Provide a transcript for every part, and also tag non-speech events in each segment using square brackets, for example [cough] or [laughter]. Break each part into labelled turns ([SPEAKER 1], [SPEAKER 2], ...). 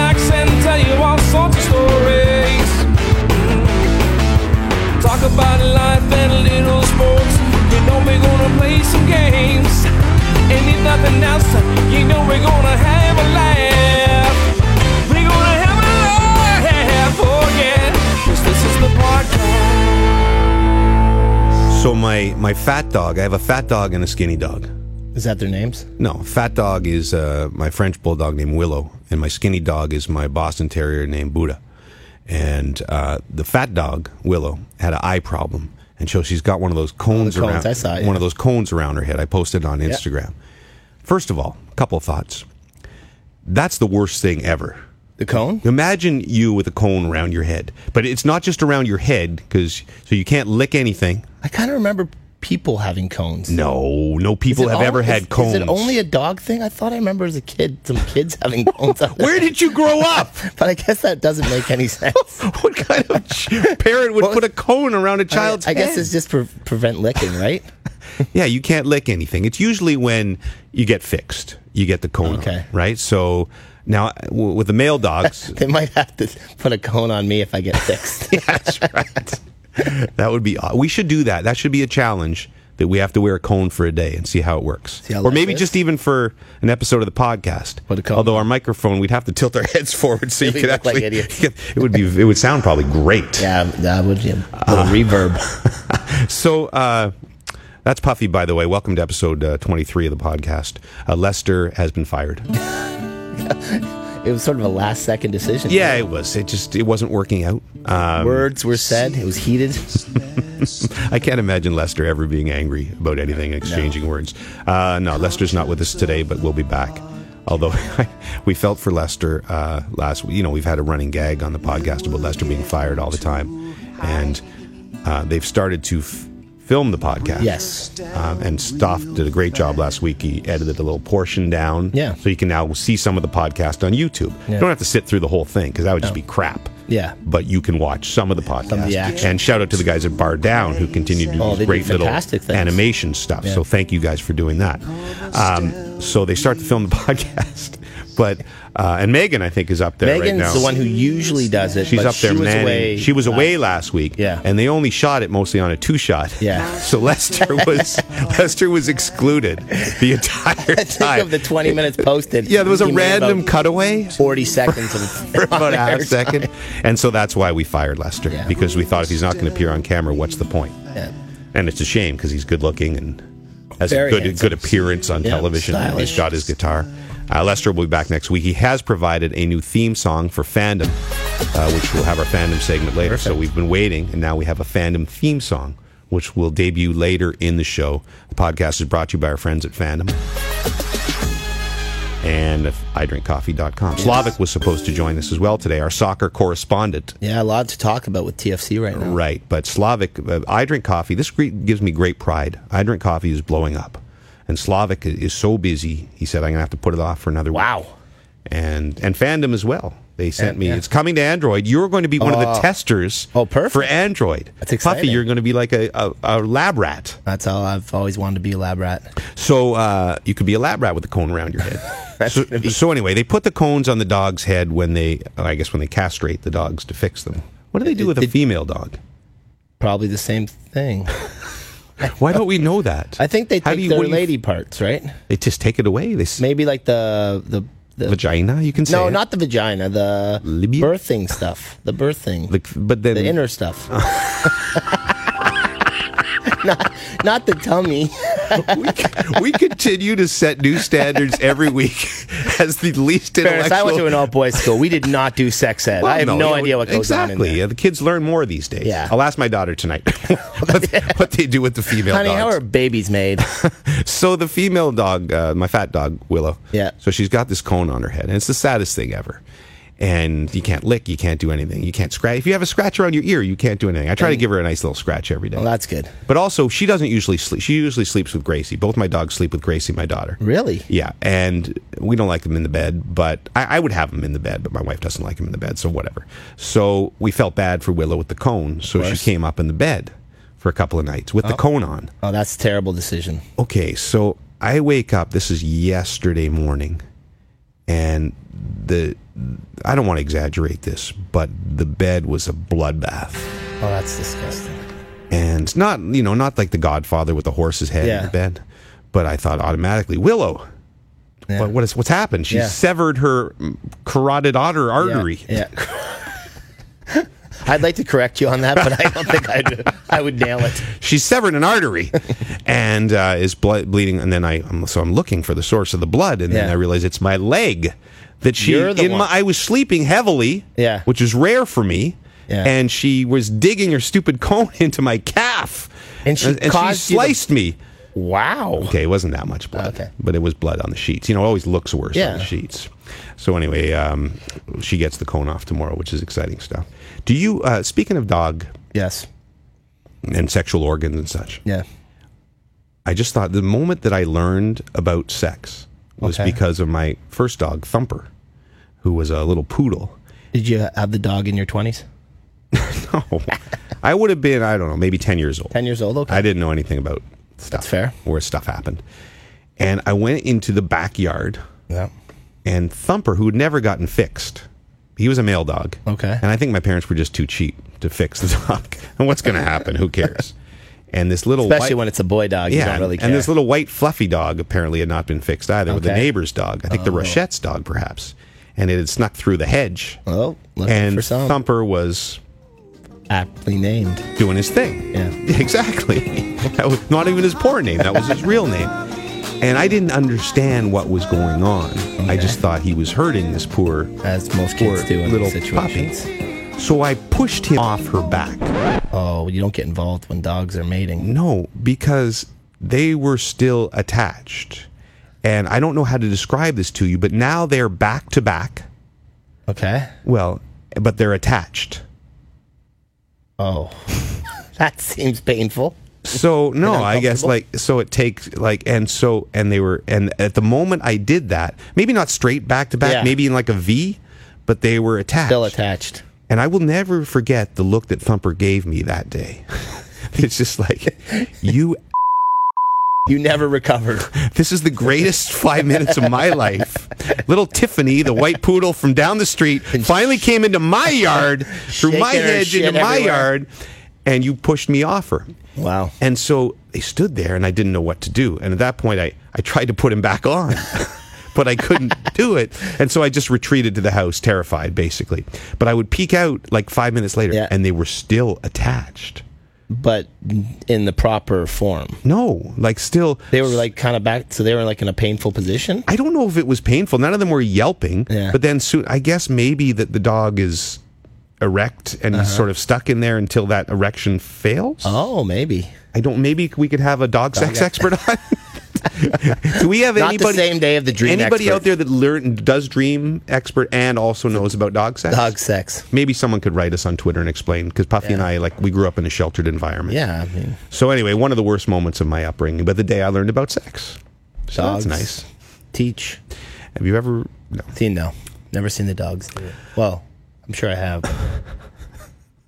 [SPEAKER 1] Mm. life and a little sports. You know we're gonna play some games. And if nothing else, you know we're gonna have a laugh. We're gonna have a laugh, oh yeah. 'Cause this is the podcast.
[SPEAKER 2] So my my fat dog, I have a fat dog and a skinny dog.
[SPEAKER 3] Is that their names?
[SPEAKER 2] No, fat dog is uh, my French bulldog named Willow, and my skinny dog is my Boston Terrier named Buddha. And uh, the fat dog Willow had an eye problem, and so she's got one of those cones,
[SPEAKER 3] cones,
[SPEAKER 2] around
[SPEAKER 3] I saw it,
[SPEAKER 2] one
[SPEAKER 3] yeah.
[SPEAKER 2] of those cones around her head. I posted on Instagram. First of all, a couple of thoughts. That's the worst thing ever.
[SPEAKER 3] The cone?
[SPEAKER 2] Imagine you with a cone around your head, but it's not just around your head because so you can't lick anything.
[SPEAKER 3] I kind of remember people having cones.
[SPEAKER 2] No, no
[SPEAKER 3] Is it
[SPEAKER 2] people have
[SPEAKER 3] all-
[SPEAKER 2] ever
[SPEAKER 3] is-
[SPEAKER 2] had cones.
[SPEAKER 3] Is it only a dog thing? I thought I remember as a kid some kids
[SPEAKER 2] [laughs]
[SPEAKER 3] having cones. out there.
[SPEAKER 2] Where did you grow up?
[SPEAKER 3] [laughs] But I guess that doesn't make
[SPEAKER 2] [laughs]
[SPEAKER 3] any sense.
[SPEAKER 2] what kind
[SPEAKER 3] [laughs]
[SPEAKER 2] of ch- parent would
[SPEAKER 3] Well,
[SPEAKER 2] put a cone around a child's
[SPEAKER 3] I, I guess
[SPEAKER 2] head?
[SPEAKER 3] it's just pre- prevent licking, right?
[SPEAKER 2] yeah, you can't lick anything. It's usually when you get fixed, you get the cone, on,
[SPEAKER 3] Okay.
[SPEAKER 2] right? So now w- with the male
[SPEAKER 3] [laughs]
[SPEAKER 2] dogs,
[SPEAKER 3] they might have to put a cone on me if I get
[SPEAKER 2] [laughs]
[SPEAKER 3] fixed.
[SPEAKER 2] that's right. That would be. aw- We should do that. That should be a challenge that we have to wear a cone for a day and see how it works,
[SPEAKER 3] how
[SPEAKER 2] or
[SPEAKER 3] life
[SPEAKER 2] maybe
[SPEAKER 3] is?
[SPEAKER 2] just even for an episode of the podcast.
[SPEAKER 3] Put a cone
[SPEAKER 2] Although our microphone, we'd have to tilt our [laughs] heads forward
[SPEAKER 3] [laughs]
[SPEAKER 2] so you
[SPEAKER 3] We
[SPEAKER 2] could
[SPEAKER 3] look like
[SPEAKER 2] actually. [laughs]
[SPEAKER 3] idiots.
[SPEAKER 2] it would be. It would sound probably great.
[SPEAKER 3] yeah, that would be a
[SPEAKER 2] Uh,
[SPEAKER 3] little reverb.
[SPEAKER 2] So uh, that's Puffy, by the way. Welcome to episode uh, 23 of the podcast. Uh, Lester has been fired.
[SPEAKER 3] It was sort of a last second decision.
[SPEAKER 2] Yeah, it was. It just it wasn't working out. Um,
[SPEAKER 3] Words were said. It was heated.
[SPEAKER 2] I can't imagine Lester ever being angry about anything, exchanging words. Uh, no, Lester's not with us today, but we'll be back. Although [laughs] we felt for Lester uh, last week, you know, we've had a running gag on the podcast about Lester being fired all the time, and uh, they've started to f- film the podcast.
[SPEAKER 3] Yes.
[SPEAKER 2] um, and Stoff did a great job last week. He edited the little portion down,
[SPEAKER 3] Yeah.
[SPEAKER 2] so you can now see some of the podcast on YouTube. You
[SPEAKER 3] Yeah.
[SPEAKER 2] don't have to sit through the whole thing because that would just be crap.
[SPEAKER 3] Yeah.
[SPEAKER 2] but you can watch some of the podcast.
[SPEAKER 3] Some of the action.
[SPEAKER 2] and shout out to the guys at Bar Down who continue to do
[SPEAKER 3] Oh,
[SPEAKER 2] these
[SPEAKER 3] they do
[SPEAKER 2] great little
[SPEAKER 3] fantastic things.
[SPEAKER 2] animation stuff.
[SPEAKER 3] Yeah.
[SPEAKER 2] So thank you guys for doing that. Um, so they start to film the [laughs] podcast, but uh, and Megan I think is up there right
[SPEAKER 3] Megan's
[SPEAKER 2] now.
[SPEAKER 3] the one who usually does it.
[SPEAKER 2] She's
[SPEAKER 3] but
[SPEAKER 2] up there
[SPEAKER 3] she was
[SPEAKER 2] manning.
[SPEAKER 3] away.
[SPEAKER 2] she was away last week.
[SPEAKER 3] yeah.
[SPEAKER 2] And they only shot it mostly on a two shot.
[SPEAKER 3] Yeah.
[SPEAKER 2] [laughs] So Lester
[SPEAKER 3] [laughs]
[SPEAKER 2] was Lester was excluded the entire
[SPEAKER 3] Think
[SPEAKER 2] time.
[SPEAKER 3] of the 20 minutes posted.
[SPEAKER 2] yeah, there was a
[SPEAKER 3] he made about
[SPEAKER 2] random cutaway
[SPEAKER 3] 40
[SPEAKER 2] [laughs]
[SPEAKER 3] seconds of
[SPEAKER 2] for about
[SPEAKER 3] on
[SPEAKER 2] a half
[SPEAKER 3] air
[SPEAKER 2] second.
[SPEAKER 3] time.
[SPEAKER 2] And so that's why we fired Lester.
[SPEAKER 3] Yeah.
[SPEAKER 2] Because we thought if he's not going to appear on camera, what's the point?
[SPEAKER 3] Yeah.
[SPEAKER 2] And it's a shame because he's good looking and has
[SPEAKER 3] Very
[SPEAKER 2] a good
[SPEAKER 3] handsome.
[SPEAKER 2] good appearance on
[SPEAKER 3] Yeah,
[SPEAKER 2] television. He
[SPEAKER 3] stylish.
[SPEAKER 2] shot his guitar. Uh, Lester will be back next week. He has provided a new theme song for fandom, uh, which we'll have our fandom segment later. So we've been waiting, and now we have a fandom theme song, which will debut later in the show. The podcast is brought to you by our friends at Fandom and idrinkcoffee.com. Slavic was supposed to join us as well today, our soccer correspondent.
[SPEAKER 3] Yeah, a lot to talk about with TFC right now.
[SPEAKER 2] Right, but Slavic, uh, I drink coffee. This gre- gives me great pride. I drink coffee is blowing up, and Slavic i- is so busy. He said I'm gonna have to put it off for another
[SPEAKER 3] Wow.
[SPEAKER 2] week. and and fandom as well. They sent
[SPEAKER 3] And-
[SPEAKER 2] me.
[SPEAKER 3] yeah.
[SPEAKER 2] It's coming to Android. You're going to be one of the testers.
[SPEAKER 3] Oh, perfect.
[SPEAKER 2] for Android.
[SPEAKER 3] That's
[SPEAKER 2] Puffy,
[SPEAKER 3] exciting.
[SPEAKER 2] you're going to be like a, a, a lab rat.
[SPEAKER 3] That's all I've always wanted to be a lab rat.
[SPEAKER 2] So uh, you could be a lab rat with a cone around your
[SPEAKER 3] [laughs]
[SPEAKER 2] head. so, so anyway, they put the cones on the dog's head when they, I guess, when they castrate the dogs to fix them. What do they do with a female dog?
[SPEAKER 3] Probably the same thing.
[SPEAKER 2] Why don't we know that?
[SPEAKER 3] I think they
[SPEAKER 2] How do
[SPEAKER 3] take
[SPEAKER 2] you-
[SPEAKER 3] their
[SPEAKER 2] what do you-
[SPEAKER 3] lady parts, right?
[SPEAKER 2] They just take it away. They s-
[SPEAKER 3] Maybe like the the, the
[SPEAKER 2] vagina. You can say
[SPEAKER 3] no,
[SPEAKER 2] it.
[SPEAKER 3] not the vagina, the
[SPEAKER 2] Libya?
[SPEAKER 3] birthing stuff, the birthing,
[SPEAKER 2] The, but then
[SPEAKER 3] the inner stuff. not, not the tummy.
[SPEAKER 2] [laughs] we,
[SPEAKER 3] [laughs]
[SPEAKER 2] we continue to set new standards every week [laughs] as the least
[SPEAKER 3] Ferris,
[SPEAKER 2] intellectual.
[SPEAKER 3] I went to an all boys school. We did not do sex ed.
[SPEAKER 2] Well,
[SPEAKER 3] I have no,
[SPEAKER 2] you know,
[SPEAKER 3] idea what goes
[SPEAKER 2] exactly.
[SPEAKER 3] on in there.
[SPEAKER 2] Yeah, the kids learn more these days.
[SPEAKER 3] Yeah.
[SPEAKER 2] I'll ask my daughter tonight [laughs]
[SPEAKER 3] [laughs]
[SPEAKER 2] what, what they do with the female
[SPEAKER 3] Honey,
[SPEAKER 2] dogs.
[SPEAKER 3] how are babies [laughs] made?
[SPEAKER 2] So the female dog, uh, my fat dog Willow.
[SPEAKER 3] Yeah.
[SPEAKER 2] So she's got this cone on her head, and it's the saddest thing ever. And you can't lick, you can't do anything, you can't scratch. If you have a scratch around your ear, you can't do anything. I try to give her a nice little scratch every day.
[SPEAKER 3] well, that's good.
[SPEAKER 2] but also, she doesn't usually sleep. She usually sleeps with Gracie. Both my dogs sleep with Gracie, my daughter.
[SPEAKER 3] Really?
[SPEAKER 2] Yeah, and we don't like them in the bed, but I, I would have them in the bed, but my wife doesn't like them in the bed, so whatever. So we felt bad for Willow with the cone, so she
[SPEAKER 3] course.
[SPEAKER 2] came up in the bed for a couple of nights with the cone on.
[SPEAKER 3] Oh, that's a terrible decision.
[SPEAKER 2] Okay, so I wake up. This is yesterday morning, and the I don't want to exaggerate this, but the bed was a bloodbath.
[SPEAKER 3] Oh, that's disgusting.
[SPEAKER 2] and not you know not like the Godfather with the horse's head in
[SPEAKER 3] Yeah.
[SPEAKER 2] the bed, but I thought automatically Willow.
[SPEAKER 3] Yeah.
[SPEAKER 2] What, what is what's happened? She
[SPEAKER 3] Yeah.
[SPEAKER 2] severed her mm, carotid otter artery.
[SPEAKER 3] Yeah. yeah. [laughs] I'd like to correct you on that, but I don't think I'd, I would nail it.
[SPEAKER 2] She's severed an
[SPEAKER 3] [laughs]
[SPEAKER 2] artery, and uh, is blood bleeding. And then I I'm- so I'm looking for the source of the blood, and then
[SPEAKER 3] Yeah.
[SPEAKER 2] I realize it's my leg that she
[SPEAKER 3] You're the
[SPEAKER 2] in
[SPEAKER 3] one.
[SPEAKER 2] my I was sleeping heavily,
[SPEAKER 3] Yeah.
[SPEAKER 2] which is rare for me.
[SPEAKER 3] Yeah.
[SPEAKER 2] And she was digging her stupid [laughs] cone into my calf,
[SPEAKER 3] And she
[SPEAKER 2] and she
[SPEAKER 3] caused you to-
[SPEAKER 2] sliced me.
[SPEAKER 3] Wow.
[SPEAKER 2] Okay, it wasn't that much blood,
[SPEAKER 3] Okay.
[SPEAKER 2] but it was blood on the sheets. You know, it always looks worse
[SPEAKER 3] Yeah.
[SPEAKER 2] on the sheets. So anyway, um, she gets the cone off tomorrow, which is exciting stuff. Do you? Uh, speaking of dog
[SPEAKER 3] Yes.
[SPEAKER 2] and sexual organs and such,
[SPEAKER 3] Yeah.
[SPEAKER 2] I just thought the moment that I learned about sex was
[SPEAKER 3] Okay.
[SPEAKER 2] because of my first dog, Thumper, who was a little
[SPEAKER 3] [laughs]
[SPEAKER 2] poodle.
[SPEAKER 3] Did you have the dog in your 20s?
[SPEAKER 2] No, I would have been, I don't know, maybe ten years old.
[SPEAKER 3] 10 Oh, years old? Okay.
[SPEAKER 2] I didn't know anything about stuff.
[SPEAKER 3] fair.
[SPEAKER 2] Where stuff happened, and I went into the backyard.
[SPEAKER 3] yeah.
[SPEAKER 2] and Thumper, who had never gotten fixed. He was a male dog.
[SPEAKER 3] Okay.
[SPEAKER 2] And I think my parents were just too cheap to fix the [laughs] dog. and what's going to happen? Who cares? And this little
[SPEAKER 3] Especially
[SPEAKER 2] white,
[SPEAKER 3] when it's a boy dog. you
[SPEAKER 2] yeah,
[SPEAKER 3] don't really
[SPEAKER 2] and-
[SPEAKER 3] care.
[SPEAKER 2] and this little white fluffy dog apparently had not been fixed either with the
[SPEAKER 3] Okay. Oh.
[SPEAKER 2] neighbor's dog. I think the Rochette's dog, perhaps, and it had snuck through the hedge.
[SPEAKER 3] oh, looking for
[SPEAKER 2] and
[SPEAKER 3] some.
[SPEAKER 2] Thumper was
[SPEAKER 3] Aptly named.
[SPEAKER 2] doing his thing.
[SPEAKER 3] Yeah.
[SPEAKER 2] [laughs] Exactly. That was not even his poor name. That was his real name. And I didn't understand what was going on. I just thought he was hurting this poor
[SPEAKER 3] As most kids
[SPEAKER 2] Poor
[SPEAKER 3] do in
[SPEAKER 2] little
[SPEAKER 3] these situations.
[SPEAKER 2] So I pushed him off her back.
[SPEAKER 3] Oh, you don't get involved when dogs are mating.
[SPEAKER 2] No, because they were still attached. And I don't know how to describe this to you, but now they're back to back.
[SPEAKER 3] Okay.
[SPEAKER 2] Well, but they're attached.
[SPEAKER 3] Oh, [laughs] that seems painful. [laughs]
[SPEAKER 2] So no, I guess
[SPEAKER 3] uncomfortable?
[SPEAKER 2] like so it takes like and so and they were and at the moment I did that, maybe not straight back to back,
[SPEAKER 3] Yeah.
[SPEAKER 2] maybe in like a V, but they were attached.
[SPEAKER 3] Still attached.
[SPEAKER 2] And I will never forget the look that Thumper gave me that day. [laughs] it's just
[SPEAKER 3] [laughs]
[SPEAKER 2] like you
[SPEAKER 3] You never recovered.
[SPEAKER 2] This is the greatest five minutes of my life. Little Tiffany, the white poodle from down the
[SPEAKER 3] [laughs]
[SPEAKER 2] street, finally came into my yard, through my
[SPEAKER 3] Shaking her
[SPEAKER 2] hedge
[SPEAKER 3] shit
[SPEAKER 2] into my
[SPEAKER 3] everywhere.
[SPEAKER 2] yard, and you pushed me off her.
[SPEAKER 3] Wow.
[SPEAKER 2] And so they stood there, and I didn't know what to do. And at that point, I, I tried to put him back on, [laughs] but I
[SPEAKER 3] [laughs]
[SPEAKER 2] couldn't do it. And so I just retreated to the house, terrified, basically. But I would peek out like five minutes later,
[SPEAKER 3] Yeah.
[SPEAKER 2] and they were still attached.
[SPEAKER 3] But in the proper form.
[SPEAKER 2] No, like still.
[SPEAKER 3] They were like kind of back, so they were like in a painful position.
[SPEAKER 2] I don't know if it was painful. None of them were yelping.
[SPEAKER 3] Yeah.
[SPEAKER 2] But then soon, I guess maybe that the dog is erect and he's sort of stuck in there until that erection fails.
[SPEAKER 3] Uh-huh. Oh, maybe.
[SPEAKER 2] I don't. Maybe we could have a dog sex expert on.
[SPEAKER 3] [laughs]
[SPEAKER 2] Do we have
[SPEAKER 3] Not
[SPEAKER 2] anybody?
[SPEAKER 3] the same day of the dream.
[SPEAKER 2] anybody
[SPEAKER 3] expert.
[SPEAKER 2] out there that learn does dream expert and also knows about dog sex?
[SPEAKER 3] Dog sex.
[SPEAKER 2] Maybe someone could write us on Twitter and explain because Puffy and I like we grew up in a sheltered environment.
[SPEAKER 3] Yeah, I mean,
[SPEAKER 2] So anyway, one of the worst moments of my upbringing, but the day I learned about sex. So
[SPEAKER 3] Dogs.
[SPEAKER 2] that's nice.
[SPEAKER 3] teach.
[SPEAKER 2] Have you ever? No.
[SPEAKER 3] See, no, never seen the dogs do it. Well, I'm sure I
[SPEAKER 2] [laughs]
[SPEAKER 3] have.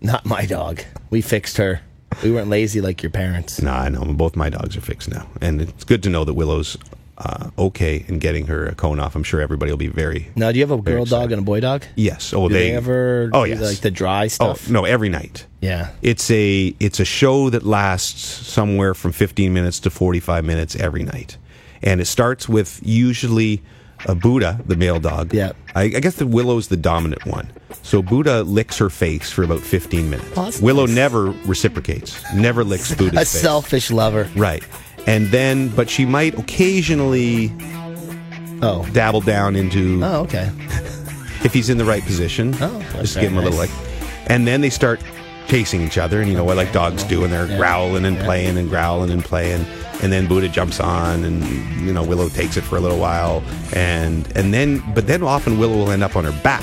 [SPEAKER 3] Not my dog. We fixed her. We weren't lazy like your parents.
[SPEAKER 2] Nah, I know. Both my dogs are fixed now, and it's good to know that Willow's uh, okay and getting her a cone off. I'm sure everybody will be very
[SPEAKER 3] Now, do you have a girl
[SPEAKER 2] excited.
[SPEAKER 3] dog and a boy dog?
[SPEAKER 2] yes. Oh,
[SPEAKER 3] Do they, ever
[SPEAKER 2] Oh
[SPEAKER 3] do,
[SPEAKER 2] yes.
[SPEAKER 3] like the dry
[SPEAKER 2] oh
[SPEAKER 3] stuff?
[SPEAKER 2] no, every night.
[SPEAKER 3] Yeah.
[SPEAKER 2] It's a it's a show that lasts somewhere from 15 minutes to 45 minutes every night, and it starts with usually a Buddha, the male dog.
[SPEAKER 3] Yeah.
[SPEAKER 2] I, I guess the Willow's the dominant one. So Buddha licks her face for about 15 minutes.
[SPEAKER 3] Oh, that's
[SPEAKER 2] Willow
[SPEAKER 3] nice.
[SPEAKER 2] never reciprocates. Never licks
[SPEAKER 3] [laughs] A
[SPEAKER 2] Buddha's face.
[SPEAKER 3] selfish lover.
[SPEAKER 2] Right. And then, but she might occasionally
[SPEAKER 3] Oh.
[SPEAKER 2] dabble down into,
[SPEAKER 3] Oh, okay.
[SPEAKER 2] if he's in the right position,
[SPEAKER 3] Oh, that's
[SPEAKER 2] just to give him a
[SPEAKER 3] very
[SPEAKER 2] little like.
[SPEAKER 3] nice.
[SPEAKER 2] And then they start chasing each other, and you know what, like dogs do, and they're
[SPEAKER 3] Yeah.
[SPEAKER 2] growling and
[SPEAKER 3] Yeah.
[SPEAKER 2] playing and growling and playing. And then Buddha jumps on, and you know Willow takes it for a little while, and and then, but then often Willow will end up on her back.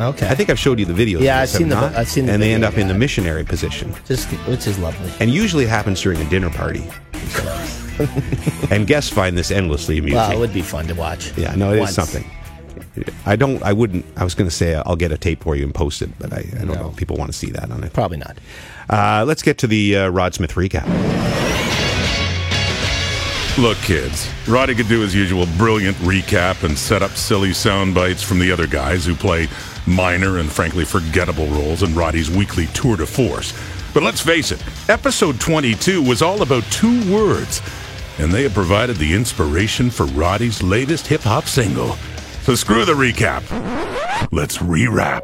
[SPEAKER 3] Okay.
[SPEAKER 2] I think I've showed you the video.
[SPEAKER 3] Yeah, I've seen the- I've seen the
[SPEAKER 2] And they end
[SPEAKER 3] video,
[SPEAKER 2] up in the
[SPEAKER 3] yeah.
[SPEAKER 2] missionary position.
[SPEAKER 3] Just, which is lovely.
[SPEAKER 2] and usually it happens during a dinner
[SPEAKER 3] [laughs]
[SPEAKER 2] party. and guests find this endlessly amusing.
[SPEAKER 3] Wow, it would be fun to watch.
[SPEAKER 2] yeah, no, it is
[SPEAKER 3] Once.
[SPEAKER 2] something. I don't. I wouldn't. I was going to say I'll get a tape for you and post it, but I, I don't
[SPEAKER 3] No.
[SPEAKER 2] know if people want to see that on it.
[SPEAKER 3] Probably not.
[SPEAKER 2] Uh, let's get to the uh, Rod Smith recap.
[SPEAKER 4] Look, kids, Roddy could do his usual brilliant recap and set up silly sound bites from the other guys who play minor and frankly forgettable roles in Roddy's weekly tour de force. But let's face it, episode 22 was all about two words, and they have provided the inspiration for Roddy's latest hip hop single. So screw the recap. Let's rewrap.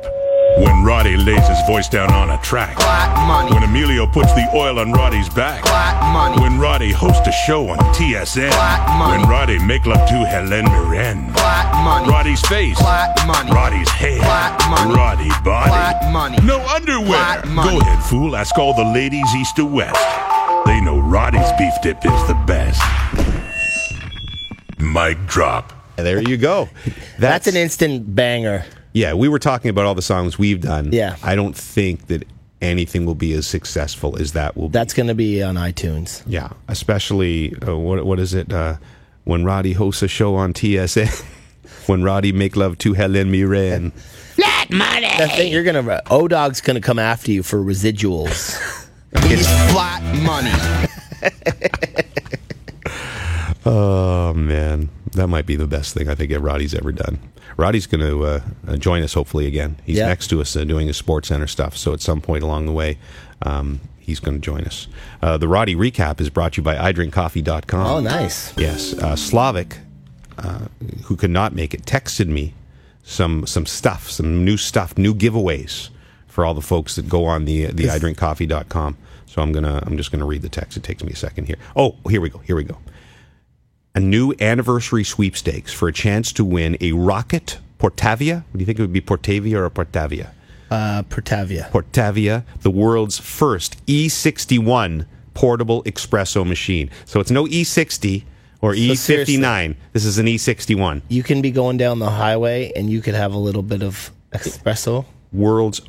[SPEAKER 4] When Roddy lays his voice down on a track.
[SPEAKER 5] Black money.
[SPEAKER 4] When Emilio puts the oil on Roddy's back.
[SPEAKER 5] Black money.
[SPEAKER 4] When Roddy hosts a show on TSN.
[SPEAKER 5] Black money.
[SPEAKER 4] When Roddy make love to Helen Mirren.
[SPEAKER 5] Black money.
[SPEAKER 4] Roddy's face.
[SPEAKER 5] Black money.
[SPEAKER 4] Roddy's hair.
[SPEAKER 5] Black money.
[SPEAKER 4] Roddy body.
[SPEAKER 5] Black money.
[SPEAKER 4] No underwear.
[SPEAKER 5] Black money.
[SPEAKER 4] Go ahead, fool. Ask all the ladies east to west. They know Roddy's beef dip is the best. Mic drop.
[SPEAKER 2] There you go.
[SPEAKER 3] That's an instant banger.
[SPEAKER 2] Yeah, we were talking about all the songs we've done.
[SPEAKER 3] Yeah.
[SPEAKER 2] I don't think that anything will be as successful as that will be.
[SPEAKER 3] That's going to be on iTunes.
[SPEAKER 2] yeah, especially uh, what what is it uh, when Roddy hosts a show on TSN. [laughs] when Roddy make love to Helen Mirren.
[SPEAKER 3] That thing you're going to O Dog's going to come after you
[SPEAKER 2] [laughs]
[SPEAKER 3] for residuals.
[SPEAKER 5] It's flat money.
[SPEAKER 2] Oh man, that might be the best thing I think that Roddy's ever done. Roddy's going to uh, uh, join us hopefully again. He's
[SPEAKER 3] Yeah.
[SPEAKER 2] next to us uh, doing his sports center stuff, so at some point along the way, um, he's going to join us. Uh, the Roddy recap is brought to you by idrinkcoffee.com.
[SPEAKER 3] oh, nice.
[SPEAKER 2] Yes, uh, Slavic, uh, who could not make it, texted me some some stuff, some new stuff, new giveaways for all the folks that go on the the idrinkcoffee.com. So I'm gonna I'm just gonna read the text. It takes me a second here. Oh, here we go. Here we go. A new anniversary sweepstakes for a chance to win a rocket Portavia. What do you think it would be, Portavia or a Portavia?
[SPEAKER 3] Uh, Pertavia.
[SPEAKER 2] Portavia, the world's first E61 portable espresso machine. So it's no E60 or
[SPEAKER 3] seriously-
[SPEAKER 2] E59. This is an E E61,
[SPEAKER 3] You can be going down the highway and you could have a little bit of espresso.
[SPEAKER 2] world's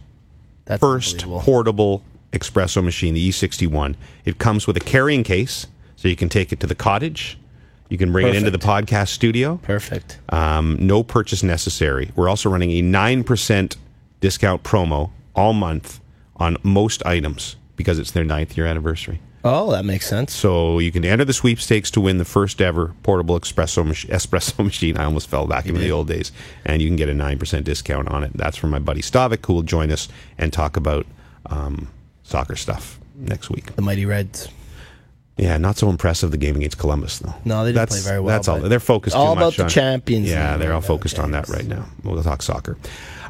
[SPEAKER 3] That's
[SPEAKER 2] first
[SPEAKER 3] unbelievable.
[SPEAKER 2] portable espresso machine, the E61. It comes with a carrying case, so you can take it to the cottage. You can bring it into the podcast studio.
[SPEAKER 3] Perfect.
[SPEAKER 2] Um, no purchase necessary. We're also running a 9% discount promo all month on most items because it's their ninth year anniversary.
[SPEAKER 3] Oh, that makes sense.
[SPEAKER 2] So you can enter the sweepstakes to win the first ever portable espresso mach- espresso [laughs] machine. I almost fell back into the old days, and you can get a nine percent discount on it. That's from my buddy Stavik, who will join us and talk about um, soccer stuff next week.
[SPEAKER 3] The Mighty Reds.
[SPEAKER 2] Yeah, not so impressive the game against Columbus though.
[SPEAKER 3] No, they didn't
[SPEAKER 2] That's-
[SPEAKER 3] play very well,
[SPEAKER 2] That's all.
[SPEAKER 3] but
[SPEAKER 2] They're focused
[SPEAKER 3] all
[SPEAKER 2] too much
[SPEAKER 3] about the
[SPEAKER 2] on-
[SPEAKER 3] Champions
[SPEAKER 2] Yeah,
[SPEAKER 3] League
[SPEAKER 2] they're all
[SPEAKER 3] right now,
[SPEAKER 2] focused on that
[SPEAKER 3] games.
[SPEAKER 2] right now. We'll talk soccer.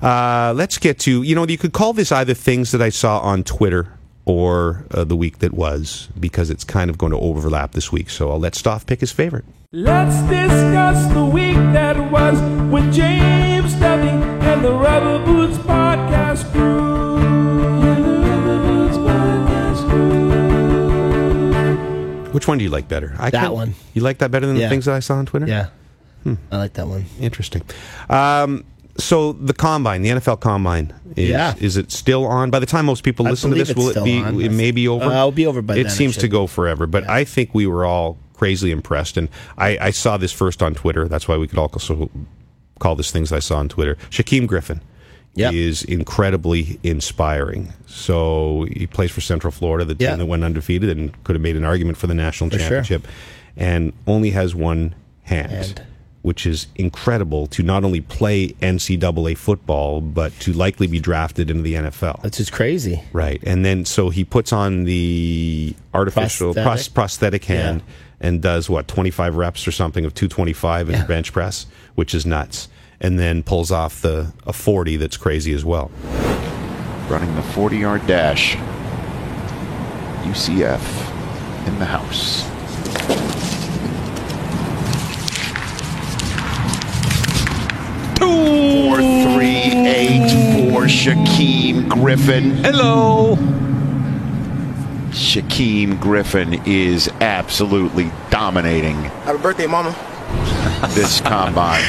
[SPEAKER 2] Uh, let's get to you know you could call this either things that I saw on Twitter or uh, the week that was because it's kind of going to overlap this week. So I'll let Stoff pick his favorite.
[SPEAKER 1] Let's discuss the week that was with James Dudley and the Rubber Boots Podcast Crew. Yeah, the Rubber Boots Podcast Crew.
[SPEAKER 2] Which one do you like better? I
[SPEAKER 3] That
[SPEAKER 2] can't-
[SPEAKER 3] one.
[SPEAKER 2] You like that better than the
[SPEAKER 3] Yeah.
[SPEAKER 2] things that I saw on Twitter?
[SPEAKER 3] Yeah.
[SPEAKER 2] Hmm.
[SPEAKER 3] I like that one.
[SPEAKER 2] Interesting. Um, so the combine, the NFL combine, is,
[SPEAKER 3] Yeah.
[SPEAKER 2] is it still on? By the time most people
[SPEAKER 3] I
[SPEAKER 2] listen to
[SPEAKER 3] believe
[SPEAKER 2] this,
[SPEAKER 3] it's
[SPEAKER 2] will it
[SPEAKER 3] still
[SPEAKER 2] be?
[SPEAKER 3] on.
[SPEAKER 2] It may be over.
[SPEAKER 3] Uh, it'll be over by
[SPEAKER 2] It
[SPEAKER 3] then, it
[SPEAKER 2] seems to
[SPEAKER 3] should.
[SPEAKER 2] go forever, but I think we were all crazily impressed, and I, I saw this first on Twitter. That's why we could also call this things I saw on Twitter. Shaquem Griffin.
[SPEAKER 3] Yep.
[SPEAKER 2] Is incredibly inspiring. So he plays for Central Florida, the team
[SPEAKER 3] Yeah.
[SPEAKER 2] that went undefeated and could have made an argument for the national
[SPEAKER 3] sure.
[SPEAKER 2] championship, and only has one hand
[SPEAKER 3] And-
[SPEAKER 2] which is incredible to not only play NCAA football, but to likely be drafted into the NFL.
[SPEAKER 3] That's just crazy.
[SPEAKER 2] right. And then so he puts on the artificial prosthetic,
[SPEAKER 3] Prosthetic.
[SPEAKER 2] prosthetic hand
[SPEAKER 3] Yeah.
[SPEAKER 2] and does what, 25 reps or something of 225 in
[SPEAKER 3] Yeah.
[SPEAKER 2] bench press, which is nuts. And then pulls off the a 40 that's crazy as well.
[SPEAKER 6] running the 40 yard dash. UCF in the house. Four three eight four Shaquem Griffin.
[SPEAKER 2] Hello.
[SPEAKER 6] Shaquem Griffin is absolutely dominating
[SPEAKER 5] Happy birthday, mama.
[SPEAKER 6] this combine.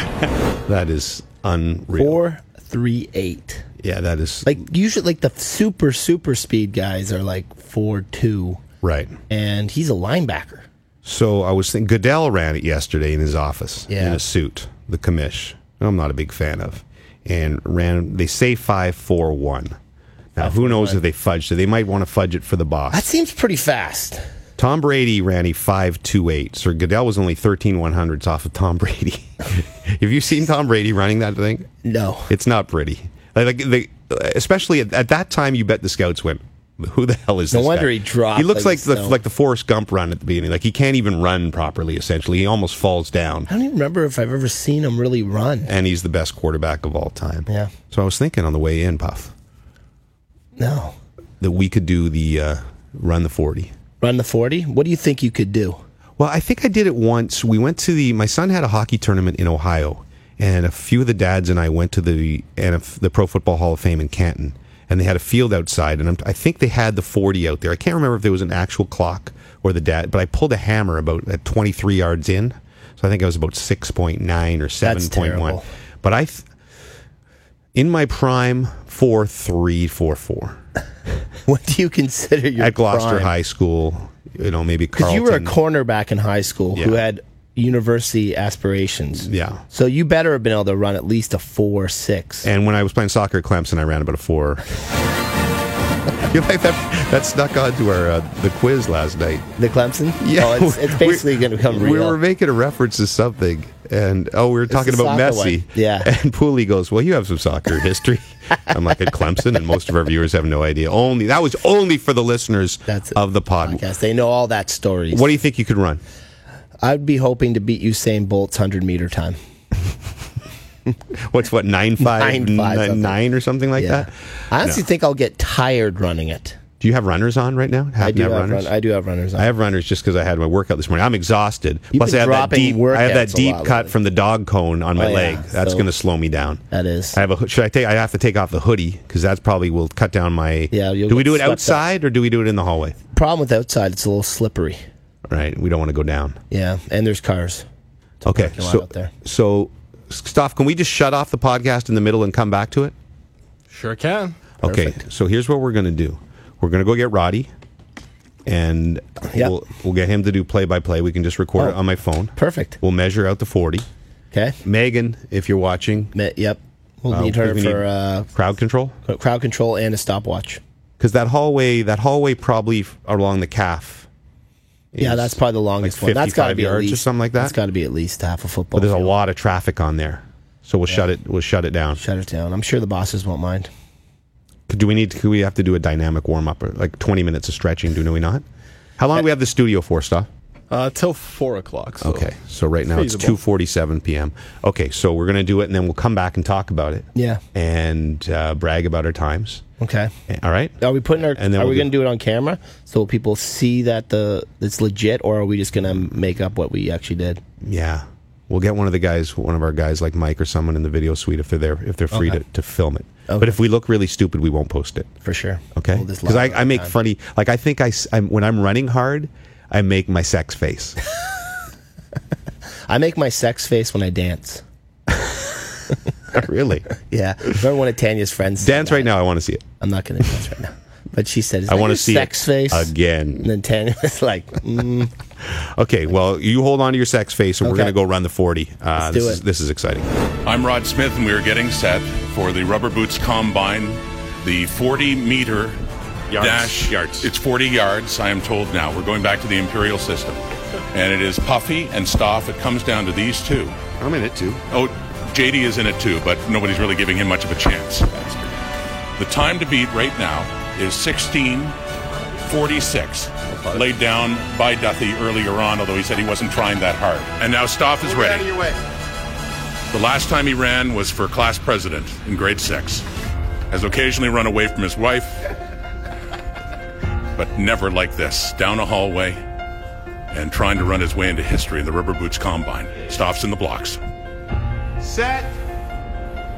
[SPEAKER 2] That is unreal.
[SPEAKER 3] Four, three, eight.
[SPEAKER 2] Yeah, that is
[SPEAKER 3] Like usually, like the super super speed guys are like four two,
[SPEAKER 2] right.
[SPEAKER 3] and he's a linebacker.
[SPEAKER 2] So I was thinking Goodell ran it yesterday in his office
[SPEAKER 3] Yeah.
[SPEAKER 2] in a suit, the commish. I'm not a big fan of, and ran. They say five four one. Now who knows if they fudged it? They might want to fudge it for the box.
[SPEAKER 3] That seems pretty fast.
[SPEAKER 2] Tom Brady ran a five two eight. So Goodell was only thirteen one hundreds off of Tom Brady. [laughs] Have you seen Tom Brady running that thing?
[SPEAKER 3] No,
[SPEAKER 2] It's not pretty. Like, like the, especially at, at that time, you bet the scouts went, Who the hell is
[SPEAKER 3] No
[SPEAKER 2] this?
[SPEAKER 3] wonder
[SPEAKER 2] guy?
[SPEAKER 3] he dropped
[SPEAKER 2] He looks
[SPEAKER 3] like
[SPEAKER 2] like
[SPEAKER 3] a
[SPEAKER 2] the
[SPEAKER 3] stone.
[SPEAKER 2] like the Forrest Gump run at the beginning. Like he can't even run properly. Essentially, he almost falls down.
[SPEAKER 3] I don't even remember if I've ever seen him really run.
[SPEAKER 2] And he's the best quarterback of all time.
[SPEAKER 3] Yeah.
[SPEAKER 2] So I was thinking on the way in, Puff,
[SPEAKER 3] No.
[SPEAKER 2] that we could do the uh, run the forty.
[SPEAKER 3] Run the 40? What do you think you could do? [laughs]
[SPEAKER 2] Well, I think I did it once. We went to the my son had a hockey tournament in Ohio, and a few of the dads and I went to the and the Pro Football Hall of Fame in Canton, and they had a field outside, and I'm, I think they had the 40 out there. I can't remember if there was an actual clock or the dad, but I pulled a hammer about at 23 yards in, so I think I was about 6.9 or 7.1.
[SPEAKER 3] terrible.
[SPEAKER 2] But I, th- in my prime, four three four four
[SPEAKER 3] What do you consider your
[SPEAKER 2] at Gloucester
[SPEAKER 3] prime?
[SPEAKER 2] High School. You know, maybe
[SPEAKER 3] Because
[SPEAKER 2] Carlton.
[SPEAKER 3] you were a cornerback in high school who
[SPEAKER 2] Yeah.
[SPEAKER 3] had university aspirations.
[SPEAKER 2] Yeah.
[SPEAKER 3] So you better have been able to run at least a four six.
[SPEAKER 2] And when I was playing soccer at Clemson, I ran about a four. you like that? That snuck onto our uh, the quiz last night. [laughs]
[SPEAKER 3] the Clemson. Oh, it's, it's
[SPEAKER 2] we-
[SPEAKER 3] basically going to become
[SPEAKER 2] We
[SPEAKER 3] real.
[SPEAKER 2] were making a reference to something, and oh, we were talking
[SPEAKER 3] the
[SPEAKER 2] about
[SPEAKER 3] soccer
[SPEAKER 2] Messi.
[SPEAKER 3] one. Yeah.
[SPEAKER 2] [laughs] And Pooley goes, "Well, you have some
[SPEAKER 3] [laughs]
[SPEAKER 2] soccer history." I'm like at Clemson, and most of our viewers have no idea. Only that was only for the listeners
[SPEAKER 3] That's it.
[SPEAKER 2] of the pod.
[SPEAKER 3] Podcast. They know all that story.
[SPEAKER 2] What do you think you could run?
[SPEAKER 3] I'd be hoping to beat Usain Bolt's hundred meter time.
[SPEAKER 2] What's what nine five
[SPEAKER 3] Nine
[SPEAKER 2] nine
[SPEAKER 3] five something.
[SPEAKER 2] nine or something like
[SPEAKER 3] Yeah.
[SPEAKER 2] that?
[SPEAKER 3] I honestly
[SPEAKER 2] No.
[SPEAKER 3] think I'll get tired running it.
[SPEAKER 2] Do you have runners on right now? Have
[SPEAKER 3] I do have,
[SPEAKER 2] runners?
[SPEAKER 3] run, I do have runners. On.
[SPEAKER 2] I have runners just because I had my workout this morning. I'm exhausted.
[SPEAKER 3] You've
[SPEAKER 2] Plus,
[SPEAKER 3] been
[SPEAKER 2] I have that
[SPEAKER 3] dropping
[SPEAKER 2] deep. I have that
[SPEAKER 3] workouts a
[SPEAKER 2] deep
[SPEAKER 3] lot
[SPEAKER 2] cut
[SPEAKER 3] lately.
[SPEAKER 2] from the dog cone on my
[SPEAKER 3] Oh, yeah.
[SPEAKER 2] leg. That's
[SPEAKER 3] So-
[SPEAKER 2] going to slow me down.
[SPEAKER 3] that is.
[SPEAKER 2] I have a. hoo- Should I take? I have to take off the hoodie because that's probably will cut down my.
[SPEAKER 3] Yeah, you'll
[SPEAKER 2] Do we
[SPEAKER 3] get
[SPEAKER 2] do it
[SPEAKER 3] swept up.
[SPEAKER 2] outside or do we do it in the hallway?
[SPEAKER 3] Problem with outside, it's a little slippery.
[SPEAKER 2] Right. We don't want to go down.
[SPEAKER 3] Yeah, and there's cars.
[SPEAKER 2] Okay.
[SPEAKER 3] lot
[SPEAKER 2] So
[SPEAKER 3] out there.
[SPEAKER 2] so stuff. Can we just shut off the podcast in the middle and come back to it?
[SPEAKER 1] Sure can.
[SPEAKER 2] Okay. So here's what we're going to do. We're going to go get Roddy, and
[SPEAKER 3] Yep.
[SPEAKER 2] we'll we'll get him to do play by play. We can just record it
[SPEAKER 3] Oh.
[SPEAKER 2] on my phone.
[SPEAKER 3] Perfect.
[SPEAKER 2] We'll measure out the forty.
[SPEAKER 3] Okay.
[SPEAKER 2] Megan, if you're watching,
[SPEAKER 3] Me- Yep. We'll
[SPEAKER 2] Uh,
[SPEAKER 3] need her
[SPEAKER 2] we need-
[SPEAKER 3] for uh,
[SPEAKER 2] crowd control
[SPEAKER 3] crowd control and a stopwatch.
[SPEAKER 2] because that hallway, that hallway probably f- along the calf.
[SPEAKER 3] Yeah,
[SPEAKER 2] is-
[SPEAKER 3] that's probably the longest one. That's got to
[SPEAKER 2] 55
[SPEAKER 3] be at
[SPEAKER 2] yards or
[SPEAKER 3] least,
[SPEAKER 2] something like that?
[SPEAKER 3] That's got to be at least half a football.
[SPEAKER 2] But there's a
[SPEAKER 3] field.
[SPEAKER 2] lot of traffic on there, so we'll shut it. We'll shut it down.
[SPEAKER 3] Shut it down. I'm sure the bosses won't mind.
[SPEAKER 2] Do we need? Could we have to do a dynamic warm up, like 20 minutes of stretching? Do, do we not? How long do we have the studio for, stuff?
[SPEAKER 1] Uh, till four o'clock. So.
[SPEAKER 2] Okay, so right now it's
[SPEAKER 1] Feasible.
[SPEAKER 2] 2:47 p.m. Okay, so we're gonna do it, and then we'll come back and talk about it.
[SPEAKER 3] Yeah.
[SPEAKER 2] and uh, brag about our times.
[SPEAKER 3] Okay.
[SPEAKER 2] All right.
[SPEAKER 3] Are we putting our?
[SPEAKER 2] And then
[SPEAKER 3] are
[SPEAKER 2] we'll
[SPEAKER 3] we
[SPEAKER 2] do-
[SPEAKER 3] going to do it on camera so people see that the it's legit, or are we just going to make up what we actually did?
[SPEAKER 2] Yeah. We'll get one of the guys, one of our guys like Mike or someone in the video suite if they're there, if they're free to, to film it. But if we look really stupid, we won't post it.
[SPEAKER 3] For sure.
[SPEAKER 2] Okay.
[SPEAKER 3] We'll just
[SPEAKER 2] Because
[SPEAKER 3] laugh
[SPEAKER 2] I, I
[SPEAKER 3] all the
[SPEAKER 2] make
[SPEAKER 3] time.
[SPEAKER 2] funny, like I think I, s- I'm- when I'm running hard, I make my sex
[SPEAKER 3] [laughs]
[SPEAKER 2] face.
[SPEAKER 3] I make my sex face when I dance.
[SPEAKER 2] really?
[SPEAKER 3] Yeah. Remember one of Tanya's friends? said
[SPEAKER 2] Dance
[SPEAKER 3] that?
[SPEAKER 2] right now. I want to see it.
[SPEAKER 3] I'm not going to dance right now. But she said, "Is
[SPEAKER 2] I
[SPEAKER 3] that
[SPEAKER 2] want
[SPEAKER 3] your
[SPEAKER 2] to see
[SPEAKER 3] sex
[SPEAKER 2] it
[SPEAKER 3] face And
[SPEAKER 2] again.
[SPEAKER 3] then Tanya [laughs] was like, mm,
[SPEAKER 2] Okay. Well, you hold on to your sex face and we're
[SPEAKER 3] Okay.
[SPEAKER 2] going to go run the 40. Uh,
[SPEAKER 3] Let's
[SPEAKER 2] this
[SPEAKER 3] do
[SPEAKER 2] is
[SPEAKER 3] it.
[SPEAKER 2] This is exciting.
[SPEAKER 4] I'm Rod Smith, and we are getting set for the Rubber Boots Combine, the 40 meter
[SPEAKER 7] Yards.
[SPEAKER 4] dash.
[SPEAKER 7] Yards.
[SPEAKER 4] It's 40 yards, I am told now. We're going back to the Imperial system. And it is Puffy and Stoff. It comes down to these two.
[SPEAKER 6] I'm in it too.
[SPEAKER 4] Oh, JD is in it too, but nobody's really giving him much of a chance. The time to beat right now is 16:46, laid down by Duffy earlier on, although he said he wasn't trying that hard. And now Stoff is
[SPEAKER 6] Out
[SPEAKER 4] ready.
[SPEAKER 6] of your way.
[SPEAKER 4] The last time he ran was for class president in grade six. Has occasionally run away from his wife, but never like this. Down a hallway and trying to run his way into history in the Rubber Boots Combine. Stops in the blocks.
[SPEAKER 6] Set.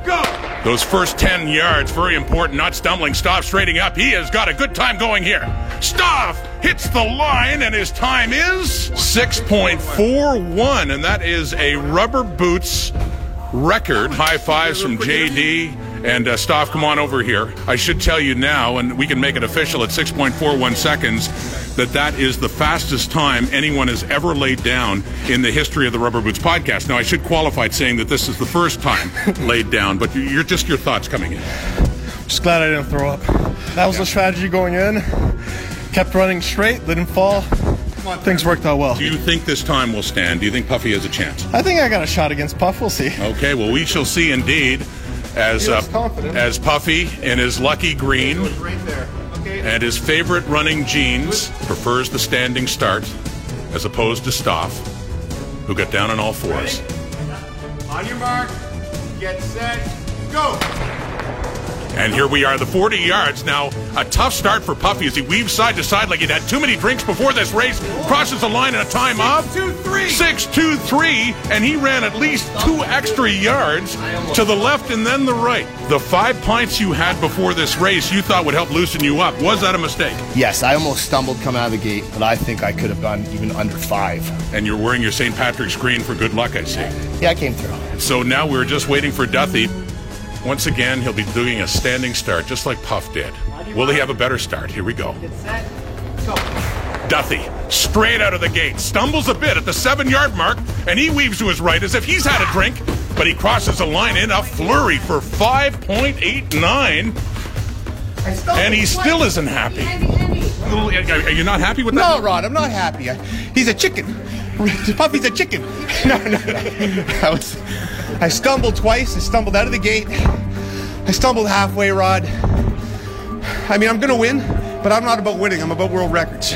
[SPEAKER 6] Go.
[SPEAKER 4] Those first 10 yards, very important. Not stumbling. Stoff straightening up. He has got a good time going here. Stoff hits the line, and his time is 6.41, and that is a rubber boots record. High fives from JD. And uh, Stoff, come on over here. I should tell you now, and we can make it official at 6.41 seconds, that that is the fastest time anyone has ever laid down in the history of the Rubber Boots podcast. Now, I should qualify it saying that this is the first
[SPEAKER 7] [laughs]
[SPEAKER 4] time laid down, but you- you're just your thoughts coming in.
[SPEAKER 7] Just glad I didn't throw up. That was the strategy going in. Kept running straight, didn't fall. Things worked out well.
[SPEAKER 4] Do you think this time will stand? Do you think Puffy has
[SPEAKER 7] [laughs]
[SPEAKER 4] a chance?
[SPEAKER 7] I think I got a shot against Puff. We'll see.
[SPEAKER 4] Okay, well, we shall see indeed as
[SPEAKER 7] He
[SPEAKER 4] uh,
[SPEAKER 7] looks confident.
[SPEAKER 4] as Puffy in his lucky green
[SPEAKER 7] Right there. Okay.
[SPEAKER 4] and his favorite running jeans prefers the standing start as opposed to Stoff, who got down on all fours.
[SPEAKER 6] On your mark, get set, go!
[SPEAKER 4] And here we are, the 40 yards now. A tough start for Puffy as he weaves side to side like he'd had too many drinks before this race. Crosses the line in a time of
[SPEAKER 6] two, three.
[SPEAKER 4] six two three, and he ran at least two extra yards to the left and then the right. The five pints you had before this race, you thought would help loosen you up. Was that a mistake?
[SPEAKER 8] Yes, I almost stumbled coming out of the gate, but I think I could have gone even under five.
[SPEAKER 4] And you're wearing your St. Patrick's green for good luck, I see.
[SPEAKER 8] Yeah, I came through.
[SPEAKER 4] So now we're just waiting for Duthie. Once again, he'll be doing a standing start, just like Puff did. Will he have a better start? Here we go. Duthie, straight out of the gate, stumbles a bit at the seven yard mark, and he weaves to his right as if he's had a drink, but he crosses the line in a flurry for 5.89, and he still isn't happy. Little- Are are you not happy with that?
[SPEAKER 8] No, Rod, I'm not happy. I, he's a chicken. [laughs] Puppy's a chicken. [laughs] No, no, no. I was. I stumbled twice. I stumbled out of the gate. I stumbled halfway, Rod. I mean, I'm gonna win, but I'm not about winning. I'm about world records.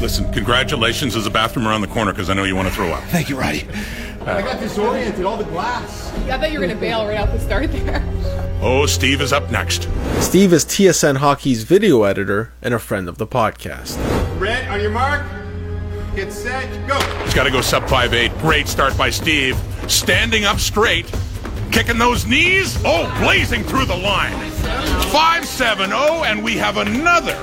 [SPEAKER 4] Listen, congratulations. There's a bathroom around the corner because I know you want to throw up.
[SPEAKER 8] Thank you, Roddy.
[SPEAKER 6] I got disoriented, all the glass.
[SPEAKER 9] I thought you were gonna bail right off the start there.
[SPEAKER 4] Oh, Steve is up next.
[SPEAKER 10] Steve is TSN Hockey's video editor and a friend of the podcast.
[SPEAKER 6] Red, on your mark, get set, go!
[SPEAKER 4] He's got to go sub 5'8. Great start by Steve. Standing up straight, kicking those knees. Oh, blazing through the line. 5'7. Oh, and we have another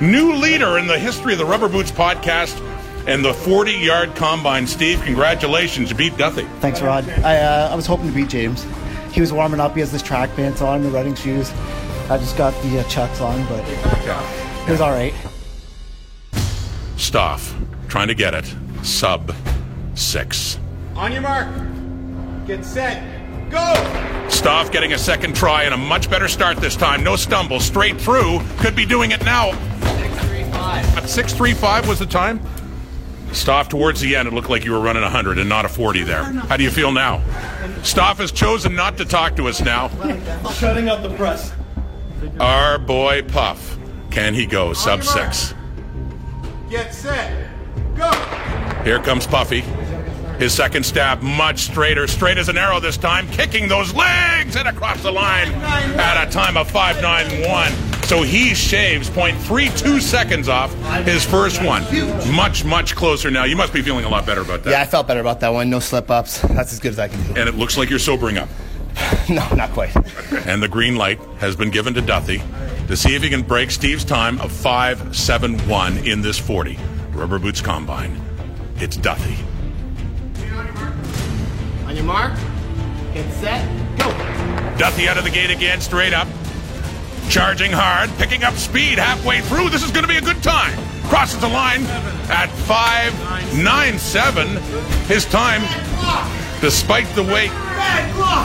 [SPEAKER 4] new leader in the history of the Rubber Boots podcast and the 40 yard combine. Steve, congratulations. You beat Guthrie.
[SPEAKER 11] Thanks, Rod. I, uh, I was hoping to beat James. He was warming up. He has this track pants on, the running shoes. I just got the uh, chucks on, but it was all right.
[SPEAKER 4] Stoff, trying to get it. Sub 6.
[SPEAKER 6] On your mark, get set, go!
[SPEAKER 4] Stoff getting a second try and a much better start this time. No stumble, straight through. Could be doing it now. 635. 635 was the time. Stoff towards the end, it looked like you were running 100 and not a 40 there. How do you feel now? Stoff has chosen not to talk to us now.
[SPEAKER 7] Shutting out the press.
[SPEAKER 4] Our boy Puff. Can he go sub
[SPEAKER 6] your mark.
[SPEAKER 4] 6?
[SPEAKER 6] Get set, go!
[SPEAKER 4] Here comes Puffy. His second stab, much straighter, straight as an arrow this time, kicking those legs and across the line at a time of 5.91. So he shaves 0.32 seconds off his first one. Much, much closer now. You must be feeling a lot better about that.
[SPEAKER 8] [laughs] Yeah, I felt better about that one. No slip ups. That's as good as I can do.
[SPEAKER 4] And it looks like you're sobering up.
[SPEAKER 3] [laughs]
[SPEAKER 8] No, not quite.
[SPEAKER 4] And the green light has been given to Duthie to see if he can break Steve's time of 5.71 in this 40. Rubber Boots Combine. It's Duthie.
[SPEAKER 5] On your mark, get set, go!
[SPEAKER 4] Duffy out of the gate again, straight up. Charging hard, picking up speed halfway through. This is going to be a good time. Crosses the line at 5.97. His time, despite the way,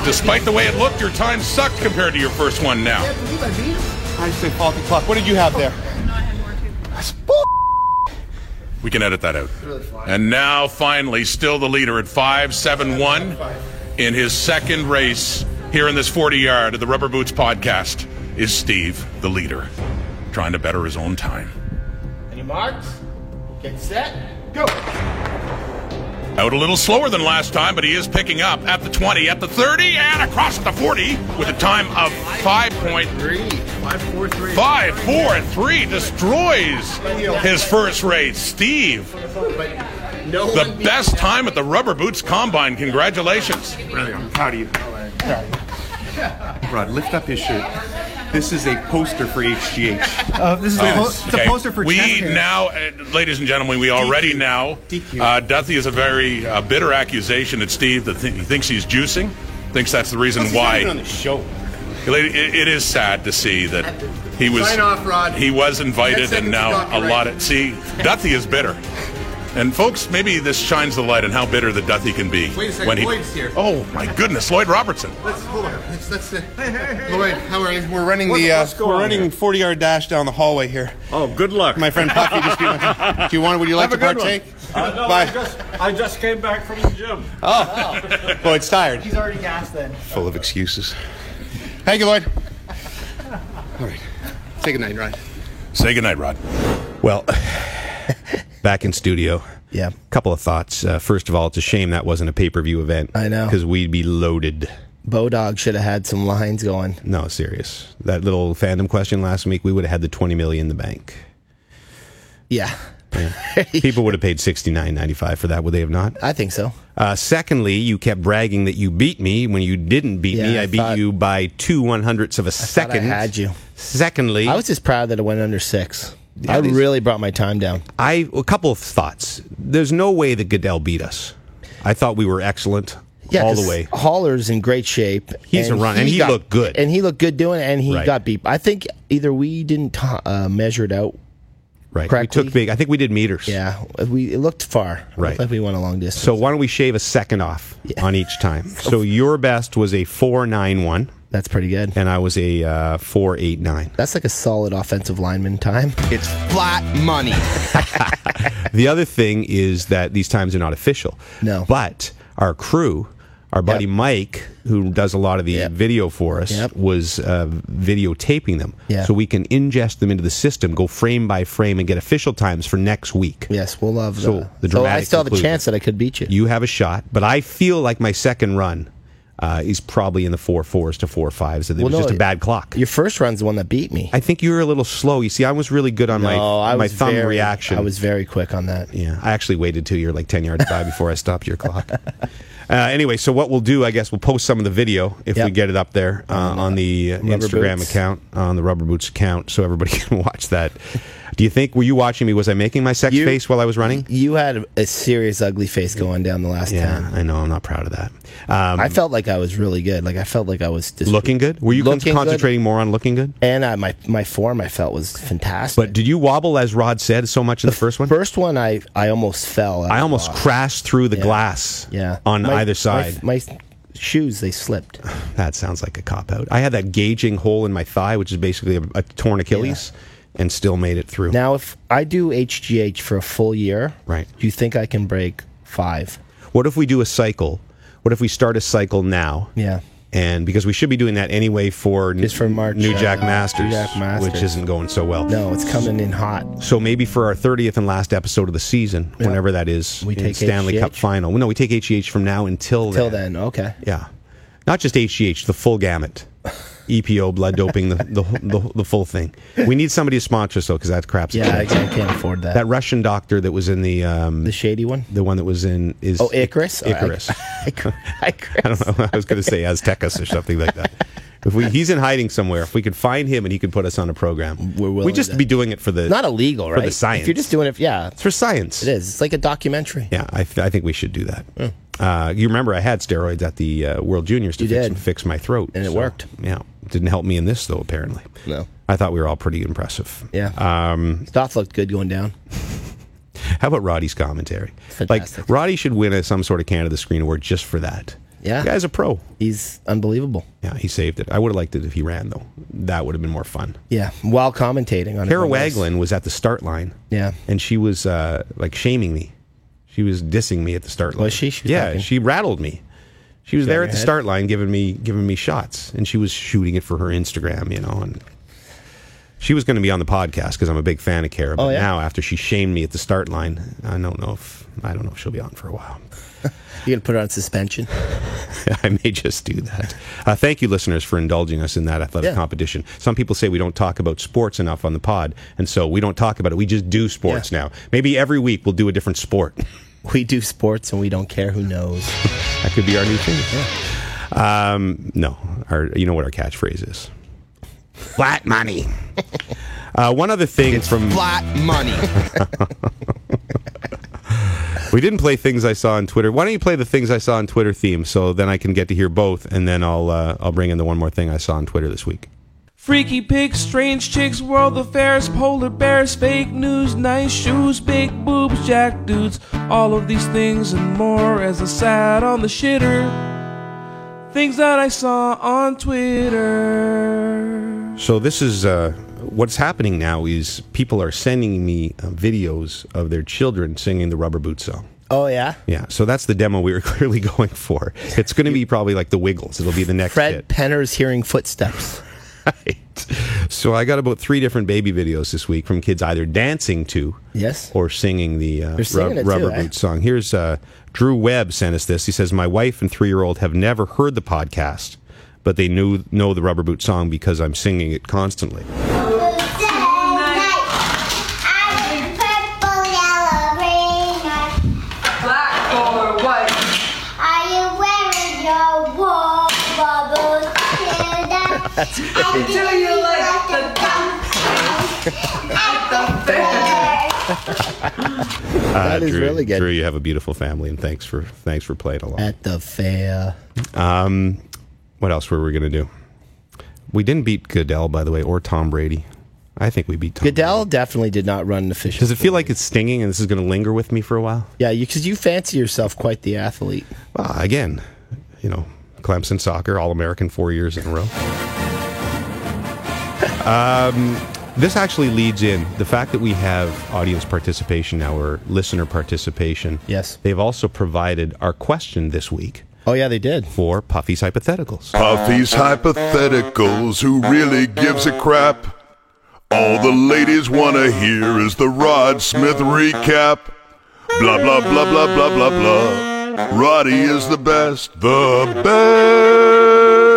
[SPEAKER 4] despite the way it looked, your time sucked compared to your first one now.
[SPEAKER 8] I just say faulty clock. What did you have there?
[SPEAKER 4] We can edit that out. And now, finally, still the leader at 571 in his second race here in this 40 yard of the Rubber Boots podcast is Steve, the leader, trying to better his own time.
[SPEAKER 5] On your marks, get set, go!
[SPEAKER 4] Out a little slower than last time, but he is picking up at the 20, at the 30, and across at the 40 with a time of 5.543. destroys his first race. Steve, the best time at the Rubber Boots Combine. Congratulations.
[SPEAKER 6] I'm proud of you. Rod, lift up his shirt. This is a poster for HGH.
[SPEAKER 11] Uh, this is a, po- it's
[SPEAKER 4] Okay.
[SPEAKER 11] a poster for
[SPEAKER 4] we
[SPEAKER 11] chest hair.
[SPEAKER 4] now, uh, ladies and gentlemen, we already now.
[SPEAKER 6] DQ.
[SPEAKER 4] Uh, Duthie is a very uh, bitter accusation at Steve that th- he thinks he's juicing, thinks that's the reason why.
[SPEAKER 8] the show.
[SPEAKER 4] It, it- it is sad to see that he was
[SPEAKER 5] Sign off, Rod.
[SPEAKER 4] he was invited
[SPEAKER 5] Ten seconds
[SPEAKER 4] and now
[SPEAKER 5] to
[SPEAKER 4] a
[SPEAKER 5] copyright.
[SPEAKER 4] lot of see Duthie is bitter. And folks, maybe this shines the light on how bitter the Duthie can be.
[SPEAKER 5] Wait a second, Lloyd's here.
[SPEAKER 4] Oh my goodness, Lloyd Robertson.
[SPEAKER 5] Let's, hold on, let's, let's, uh, Lloyd, how are you?
[SPEAKER 8] We're running
[SPEAKER 5] What-
[SPEAKER 8] the uh,
[SPEAKER 5] what's going
[SPEAKER 8] we're
[SPEAKER 5] on
[SPEAKER 8] running
[SPEAKER 5] here?
[SPEAKER 8] 40 yard dash down the hallway here.
[SPEAKER 6] Oh, good luck.
[SPEAKER 8] My friend Puffy just came. up. Do you want? Would you like
[SPEAKER 6] Have
[SPEAKER 8] to
[SPEAKER 6] a good one.
[SPEAKER 8] partake?
[SPEAKER 6] Uh, no, I,
[SPEAKER 8] Bye.
[SPEAKER 6] just, I just came back from the gym.
[SPEAKER 8] Lloyd's tired.
[SPEAKER 11] He's already gassed then.
[SPEAKER 5] Full of excuses.
[SPEAKER 8] Thank you, Lloyd.
[SPEAKER 5] Say goodnight, Rod.
[SPEAKER 4] Say goodnight, Rod.
[SPEAKER 2] Well, [sighs] back in studio.
[SPEAKER 3] Yeah.
[SPEAKER 2] Couple of thoughts. Uh, first of all, it's a shame that wasn't a pay per view event.
[SPEAKER 3] I know.
[SPEAKER 2] Because we'd be loaded.
[SPEAKER 3] Bodog should have had some lines going.
[SPEAKER 2] No, serious. That little fandom question last week, we would have had the 20 million in the
[SPEAKER 3] [laughs]
[SPEAKER 2] bank.
[SPEAKER 3] Yeah.
[SPEAKER 2] Yeah. People would have paid sixty nine ninety five for that, would they have not?
[SPEAKER 3] I think so.
[SPEAKER 2] Uh, secondly, you kept bragging that you beat me when you didn't beat me.
[SPEAKER 3] Yeah,
[SPEAKER 2] I,
[SPEAKER 3] I
[SPEAKER 2] beat
[SPEAKER 3] thought-
[SPEAKER 2] you by two one hundredths of a
[SPEAKER 3] Thought
[SPEAKER 2] second.
[SPEAKER 3] I had you.
[SPEAKER 2] Secondly,
[SPEAKER 3] I was just proud that it went under six.
[SPEAKER 2] Yeah,
[SPEAKER 3] I
[SPEAKER 2] these-
[SPEAKER 3] really brought my time down.
[SPEAKER 2] I a couple of thoughts. There's no way that Goodell beat us. I thought we were excellent
[SPEAKER 3] Yeah,
[SPEAKER 2] all the
[SPEAKER 3] 'cause
[SPEAKER 2] way.
[SPEAKER 3] Haller's in great shape.
[SPEAKER 2] He's a run- and he looked good.
[SPEAKER 3] And he looked good doing it, and he
[SPEAKER 2] Right.
[SPEAKER 3] got beat. I think either we didn't t- uh, measure it out.
[SPEAKER 2] Right.
[SPEAKER 3] correctly.
[SPEAKER 2] We took big. I think we did meters.
[SPEAKER 3] Yeah, we it looked far. It
[SPEAKER 2] Right.
[SPEAKER 3] looked like we went a long distance.
[SPEAKER 2] So why don't we shave a second off on each time?
[SPEAKER 3] [laughs]
[SPEAKER 2] So your best was a four nine one,
[SPEAKER 3] That's pretty good.
[SPEAKER 2] and I was a uh, four eight nine.
[SPEAKER 3] That's like a solid offensive lineman time.
[SPEAKER 8] It's flat money.
[SPEAKER 2] The other thing is that these times are not official.
[SPEAKER 3] No.
[SPEAKER 2] But our crew, our buddy Mike, who does a lot of the video for us,
[SPEAKER 3] Yep.
[SPEAKER 2] was uh, videotaping them.
[SPEAKER 3] Yeah.
[SPEAKER 2] So we can ingest them into the system, go frame by frame, and get official times for next week.
[SPEAKER 3] Yes, we'll love
[SPEAKER 2] So,
[SPEAKER 3] that.
[SPEAKER 2] the
[SPEAKER 3] So I
[SPEAKER 2] dramatic
[SPEAKER 3] still have a
[SPEAKER 2] conclusion.
[SPEAKER 3] chance that I could beat you.
[SPEAKER 2] You have a shot, but I feel like my second run uh, is probably in the four fours to four fives. And it
[SPEAKER 3] Well,
[SPEAKER 2] was
[SPEAKER 3] no,
[SPEAKER 2] just a
[SPEAKER 3] it-
[SPEAKER 2] bad clock.
[SPEAKER 3] Your first run's the one that beat me.
[SPEAKER 2] I think you were a little slow. You see, I was really good on my
[SPEAKER 3] No, I
[SPEAKER 2] my
[SPEAKER 3] was
[SPEAKER 2] thumb
[SPEAKER 3] very-
[SPEAKER 2] reaction.
[SPEAKER 3] I was very quick on that.
[SPEAKER 2] Yeah, I actually waited till you're like 10 yards by before I stopped your
[SPEAKER 3] [laughs]
[SPEAKER 2] clock. Uh, anyway, so what we'll do, I guess, we'll post some of the video if we
[SPEAKER 3] Yep.
[SPEAKER 2] get it up there uh, on the uh,
[SPEAKER 3] Rubber
[SPEAKER 2] Instagram
[SPEAKER 3] Boots.
[SPEAKER 2] account, on the Rubber Boots account, so everybody [laughs] can watch that. Do you think, were you watching me? Was I making my sex
[SPEAKER 3] You-
[SPEAKER 2] face while I was running?
[SPEAKER 3] You had a- a serious ugly face going down the last
[SPEAKER 2] Yeah,
[SPEAKER 3] time.
[SPEAKER 2] I know. I'm not proud of that. Um,
[SPEAKER 3] I felt like I was really good. Like I felt like I was just
[SPEAKER 2] looking good? Were you con-
[SPEAKER 3] Looking good.
[SPEAKER 2] concentrating more on looking good?
[SPEAKER 3] and I, my my form I felt was fantastic.
[SPEAKER 2] But did you wobble, as Rod said, so much in the first one?
[SPEAKER 3] First one I I almost fell.
[SPEAKER 2] I almost crashed through the glass
[SPEAKER 3] yeah
[SPEAKER 2] on
[SPEAKER 3] My-
[SPEAKER 2] either side.
[SPEAKER 3] My, my shoes
[SPEAKER 2] [laughs]
[SPEAKER 3] they slipped.
[SPEAKER 2] That sounds like a cop out. I had that gauging hole in my thigh, which is basically a, a torn Achilles, and still made it through.
[SPEAKER 3] Now if I do HGH for a full year,
[SPEAKER 2] Right.
[SPEAKER 3] Do you think I can break five?
[SPEAKER 2] what if we do a cycle? What if we start a cycle now?
[SPEAKER 3] Yeah.
[SPEAKER 2] And because we should be doing that anyway for
[SPEAKER 3] Just for March,
[SPEAKER 2] New
[SPEAKER 3] uh,
[SPEAKER 2] Jack Masters,
[SPEAKER 3] New Jack Masters.
[SPEAKER 2] which isn't going so well.
[SPEAKER 3] No, it's coming in hot.
[SPEAKER 2] So maybe for our thirtieth and last episode of the season, whenever that is,
[SPEAKER 3] We
[SPEAKER 2] in
[SPEAKER 3] take
[SPEAKER 2] Stanley Cup
[SPEAKER 3] HGH?
[SPEAKER 2] final. No, we take HGH from now until
[SPEAKER 3] Till
[SPEAKER 2] then.
[SPEAKER 3] then, okay.
[SPEAKER 2] Yeah, not just HGH, the full gamut, EPO, blood doping, the the, the, the full thing. We need somebody to sponsor us though, because that crap's
[SPEAKER 3] Yeah, I, I can't afford that.
[SPEAKER 2] That Russian doctor that was in the um,
[SPEAKER 3] the shady one. [laughs]
[SPEAKER 2] the one that was in is
[SPEAKER 3] Oh, Icarus.
[SPEAKER 2] Icarus.
[SPEAKER 3] [laughs] Icarus.
[SPEAKER 2] I don't know. [laughs] I was going to say Aztecas or something like that. If we he's in hiding somewhere, if we could find him and he could put us on a program,
[SPEAKER 3] We're willing
[SPEAKER 2] we'd just
[SPEAKER 3] to-
[SPEAKER 2] be doing it for the
[SPEAKER 3] Not illegal,
[SPEAKER 2] for
[SPEAKER 3] right?
[SPEAKER 2] the science.
[SPEAKER 3] If you're just doing it, yeah,
[SPEAKER 2] it's for science.
[SPEAKER 3] it is. It's like a documentary.
[SPEAKER 2] Yeah, I, th- I think we should do that. Uh, you remember I had steroids at the uh, World Juniors to
[SPEAKER 3] You
[SPEAKER 2] fix,
[SPEAKER 3] did.
[SPEAKER 2] fix my throat,
[SPEAKER 3] And it worked.
[SPEAKER 2] Yeah, didn't help me in this though. Apparently,
[SPEAKER 3] No.
[SPEAKER 2] I thought we were all pretty impressive.
[SPEAKER 3] Yeah.
[SPEAKER 2] Um,
[SPEAKER 3] Stoff looked good going down.
[SPEAKER 2] How about Roddy's commentary?
[SPEAKER 3] Fantastic.
[SPEAKER 2] Like Roddy should win a, some sort of Canada Screen Award just for that.
[SPEAKER 3] Yeah.
[SPEAKER 2] the guy's a pro.
[SPEAKER 3] He's unbelievable.
[SPEAKER 2] Yeah, he saved it. I would have liked it if he ran though. That would have been more fun.
[SPEAKER 3] Yeah, while commentating on
[SPEAKER 2] Kara
[SPEAKER 3] everyone else.
[SPEAKER 2] Waglin was at the start line.
[SPEAKER 3] Yeah.
[SPEAKER 2] and she was uh, like shaming me. She was dissing me at the start line.
[SPEAKER 3] she? She was
[SPEAKER 2] yeah,
[SPEAKER 3] talking-
[SPEAKER 2] she rattled me. She was
[SPEAKER 3] Got
[SPEAKER 2] there
[SPEAKER 3] your
[SPEAKER 2] at the
[SPEAKER 3] head?
[SPEAKER 2] start line, giving me giving me shots, and she was shooting it for her Instagram, you know. And she was going to be on the podcast because I'm a big fan of Kara. But
[SPEAKER 3] Oh, yeah?
[SPEAKER 2] now, after she shamed me at the start line, I don't know if I don't know if she'll be on for a while.
[SPEAKER 3] You gonna put her on suspension?
[SPEAKER 2] [laughs] I may just do that. Uh, thank you, listeners, for indulging us in that athletic
[SPEAKER 3] Yeah.
[SPEAKER 2] competition. Some people say we don't talk about sports enough on the pod, and so we don't talk about it. We just do sports now. Maybe every week we'll do a different sport. [laughs]
[SPEAKER 3] We do sports and we don't care who knows.
[SPEAKER 2] that could be our new thing. Um, no, our, you know what our catchphrase is. Flat money. Uh, one other thing from
[SPEAKER 8] flat money.
[SPEAKER 2] we didn't play things I saw on Twitter. Why don't you play the things I saw on Twitter theme so then I can get to hear both, and then I'll uh, I'll bring in the one more thing I saw on Twitter this week.
[SPEAKER 1] Freaky pigs, strange chicks, world affairs, polar bears, fake news, nice shoes, big boobs, jack dudes, all of these things and more as I sat on the shitter. Things that I saw on Twitter.
[SPEAKER 2] So this is uh, what's happening now is people are sending me uh, videos of their children singing the Rubber Boot song.
[SPEAKER 3] [laughs] Oh yeah,
[SPEAKER 2] Yeah, so that's the demo we were [laughs] clearly going for. It's going to be probably like the Wiggles. It'll be the next
[SPEAKER 3] Fred
[SPEAKER 2] hit. [laughs]
[SPEAKER 3] Penner's hearing footsteps.
[SPEAKER 2] Right. So I got about three different baby videos this week from kids either dancing to
[SPEAKER 3] yes
[SPEAKER 2] or singing the uh,
[SPEAKER 3] They're
[SPEAKER 2] Rub-
[SPEAKER 3] singing it too,
[SPEAKER 2] Rubber
[SPEAKER 3] eh?
[SPEAKER 2] Boots song. Here's uh, Drew Webb sent us this. He says, "My wife and three year old have never heard the podcast, but they knew know the Rubber Boot song because I'm singing it constantly."
[SPEAKER 12] That's I do you like the dump [laughs] at the fair?
[SPEAKER 3] That is
[SPEAKER 2] Uh, Drew,
[SPEAKER 3] really good.
[SPEAKER 2] Drew, you have a beautiful family, and thanks for thanks for playing along.
[SPEAKER 3] At the fair.
[SPEAKER 2] Um, what else were we going to do? We didn't beat Goodell, by the way, or Tom Brady. I think we beat Tom.
[SPEAKER 3] Goodell definitely did not run an efficient.
[SPEAKER 2] Does it feel like it's stinging and this is going to linger with me for a while?
[SPEAKER 3] Yeah, because you fancy yourself quite the athlete.
[SPEAKER 2] Well, again, you know, Clemson soccer, All American four years in a row. [laughs] Um, this actually leads in the fact that we have audience participation now or listener participation. Yes. They've also provided our question this week.
[SPEAKER 3] Oh, yeah, they did.
[SPEAKER 2] For Puffy's Hypotheticals.
[SPEAKER 13] Puffy's hypotheticals, who really gives a crap? All the ladies wanna hear is the Rod Smith recap. Blah blah blah blah blah blah blah. Roddy is the best, the best.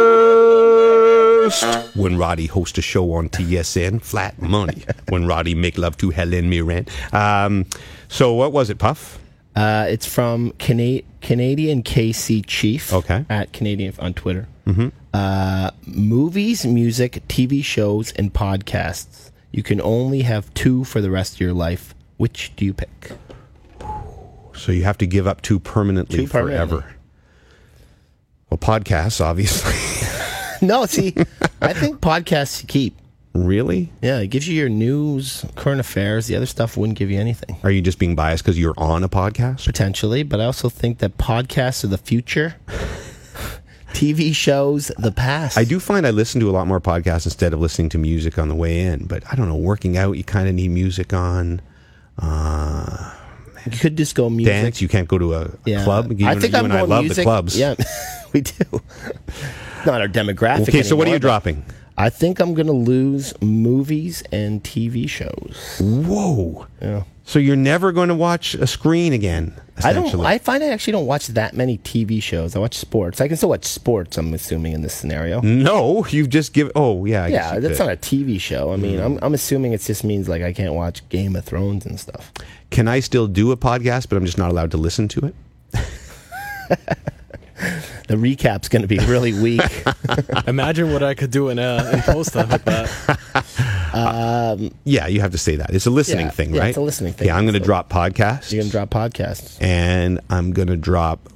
[SPEAKER 2] When Roddy hosts a show on TSN, flat
[SPEAKER 3] [laughs]
[SPEAKER 2] money. when Roddy make love to Helen Mirren. Um, so what was it, Puff?
[SPEAKER 3] Uh, it's from Cana- Canadian KC Chief. Okay. At Canadian on Twitter.
[SPEAKER 2] Mhm.
[SPEAKER 3] Uh, movies, music, TV shows, and podcasts. You can only have two for the rest of your life. Which do you pick?
[SPEAKER 2] So you have to give up two permanently,
[SPEAKER 3] Two permanently.
[SPEAKER 2] forever. Well, podcasts, obviously. [laughs]
[SPEAKER 3] no, see, I think podcasts you keep.
[SPEAKER 2] Really?
[SPEAKER 3] Yeah, it gives you your news, current affairs. The other stuff wouldn't give you anything.
[SPEAKER 2] Are you just being biased because you're on a podcast?
[SPEAKER 3] Potentially, but I also think that podcasts are the future. [laughs] TV shows, the past.
[SPEAKER 2] I do find I listen to a lot more podcasts instead of listening to music on the way in. But I don't know, working out, you kind of need music on. Uh,
[SPEAKER 3] you could just go music.
[SPEAKER 2] Dance, you can't go to a club. You,
[SPEAKER 3] I
[SPEAKER 2] and-
[SPEAKER 3] think
[SPEAKER 2] you
[SPEAKER 3] I'm
[SPEAKER 2] and
[SPEAKER 3] going
[SPEAKER 2] I love
[SPEAKER 3] music.
[SPEAKER 2] the clubs.
[SPEAKER 3] Yeah, [laughs] we do. Not our demographic.
[SPEAKER 2] Okay, so what are
[SPEAKER 3] anymore,
[SPEAKER 2] you
[SPEAKER 3] but
[SPEAKER 2] dropping?
[SPEAKER 3] I think I'm going to lose movies and TV shows.
[SPEAKER 2] Whoa. So you're never going to watch a screen again,
[SPEAKER 3] I don't.
[SPEAKER 2] essentially.
[SPEAKER 3] I find I actually don't watch that many TV shows. I watch sports. I can still watch sports. I'm assuming in this scenario.
[SPEAKER 2] no, you've just given. Oh, yeah. I guess
[SPEAKER 3] yeah,
[SPEAKER 2] you
[SPEAKER 3] that's
[SPEAKER 2] could.
[SPEAKER 3] not a TV show. I mean,
[SPEAKER 2] Mm.
[SPEAKER 3] I'm, I'm assuming it just means like I can't watch Game of Thrones and stuff.
[SPEAKER 2] Can I still do a podcast, but I'm just not allowed to listen to it?
[SPEAKER 3] The recap's going to be really
[SPEAKER 2] [laughs]
[SPEAKER 3] weak.
[SPEAKER 14] Imagine what I could do in uh, in post with that.
[SPEAKER 3] Um,
[SPEAKER 2] yeah, you have to say that. It's a listening
[SPEAKER 3] Yeah,
[SPEAKER 2] thing,
[SPEAKER 3] yeah,
[SPEAKER 2] right?
[SPEAKER 3] it's a listening thing.
[SPEAKER 2] Yeah, I'm going to
[SPEAKER 3] So-
[SPEAKER 2] drop podcasts.
[SPEAKER 3] You're going to drop podcasts.
[SPEAKER 2] and I'm going to drop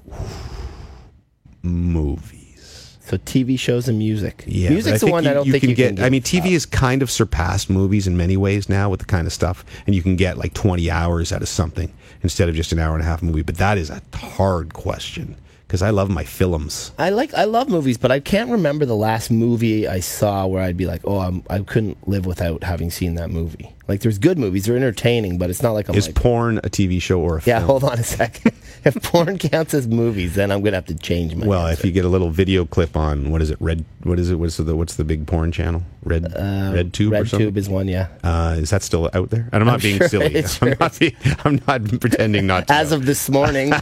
[SPEAKER 2] [sighs] movies.
[SPEAKER 3] So TV shows and music.
[SPEAKER 2] Yeah, but
[SPEAKER 3] Music's the
[SPEAKER 2] think
[SPEAKER 3] one I don't think you can
[SPEAKER 2] I mean, TV has kind of surpassed movies in many ways now with the kind of stuff, and you can get like 20 hours out of something instead of just an hour and a half movie. But that is a hard question because I love my films.
[SPEAKER 3] I like I love movies, but I can't remember the last movie I saw where I'd be like, oh, I'm, I couldn't live without having seen that movie. Like, there's good movies, they're entertaining, but it's not like I'm
[SPEAKER 2] is
[SPEAKER 3] like,
[SPEAKER 2] porn a TV show or a
[SPEAKER 3] Oh yeah,
[SPEAKER 2] film?
[SPEAKER 3] hold on a second. [laughs] if porn counts as movies, then I'm gonna have to change my.
[SPEAKER 2] Well, if you get a little video clip on what is it? Red? What is it? What's the what's the big porn channel? Red Red Tube or something?
[SPEAKER 3] Uh, Tube is one, yeah.
[SPEAKER 2] Uh, is that still out there? And I'm not
[SPEAKER 3] I'm
[SPEAKER 2] being
[SPEAKER 3] sure
[SPEAKER 2] silly.
[SPEAKER 3] it
[SPEAKER 2] [laughs] I'm
[SPEAKER 3] sure
[SPEAKER 2] not. Being, I'm not pretending not to.
[SPEAKER 3] As of this
[SPEAKER 2] [laughs]
[SPEAKER 3] morning,